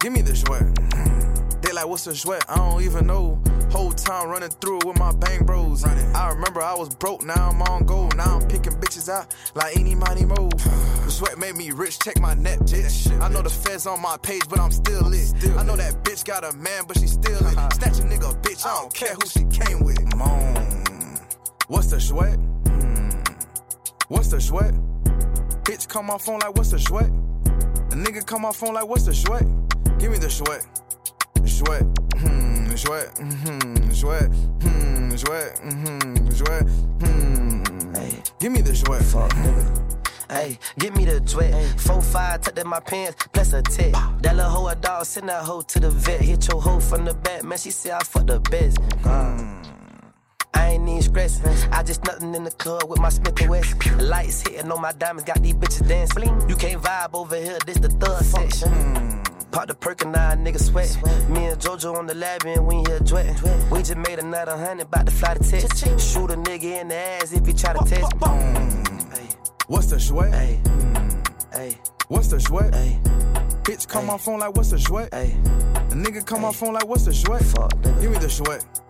Give me the sweat. Hmm. They like, what's a sweat? I don't even know. Whole time running through it with my bang bros. I remember I was broke, now I'm on gold. Now I'm picking bitches out like any money mo. The sweat made me rich, check my net, bitch. I know the feds on my page, but I'm still lit. I know that bitch got a man, but she still lit. Snatch a nigga, bitch, I don't care who she came with. Moan. What's the sweat? Hmm. What's the sweat? Bitch, call my phone like, what's the sweat? A nigga call my phone like, what's the sweat? Give me the sweat sweat, hmm, sweat, hmm, sweat, hmm, sweat, hmm, sweat, hmm. Hey. Give me the sweat. Fuck, nigga. Hey, give me the twit. Four five, tucked in my pants, plus a tip. That little hoe a dog, send that hoe to the vet. Hit your hoe from the back, man. She said I fuck the best. Mm. I ain't even stressing. I just nothing in the club with my Smith and West. Lights hitting on my diamonds, got these bitches dancing. You can't vibe over here, this the thug section. Pop the perk and now a nigga sweat. Me and JoJo on the lab and we here sweating. We just made another hundred, bout to fly the test. Shoot a nigga in the ass if he try to test. Hey, What's the sweat? hey, mm, hey, What's the sweat? hey, Bitch, call my phone like, what's the sweat? hey. A nigga call my phone like, what's the sweat? Fuck, nigga. Give me the sweat.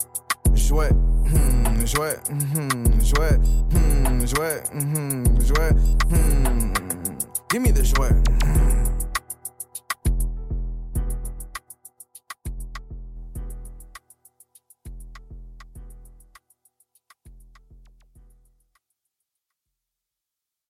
Sweat. Hmm, sweat. Hmm, sweat. Hmm, sweat. Hmm, sweat. Hmm. Give me the sweat. Hmm.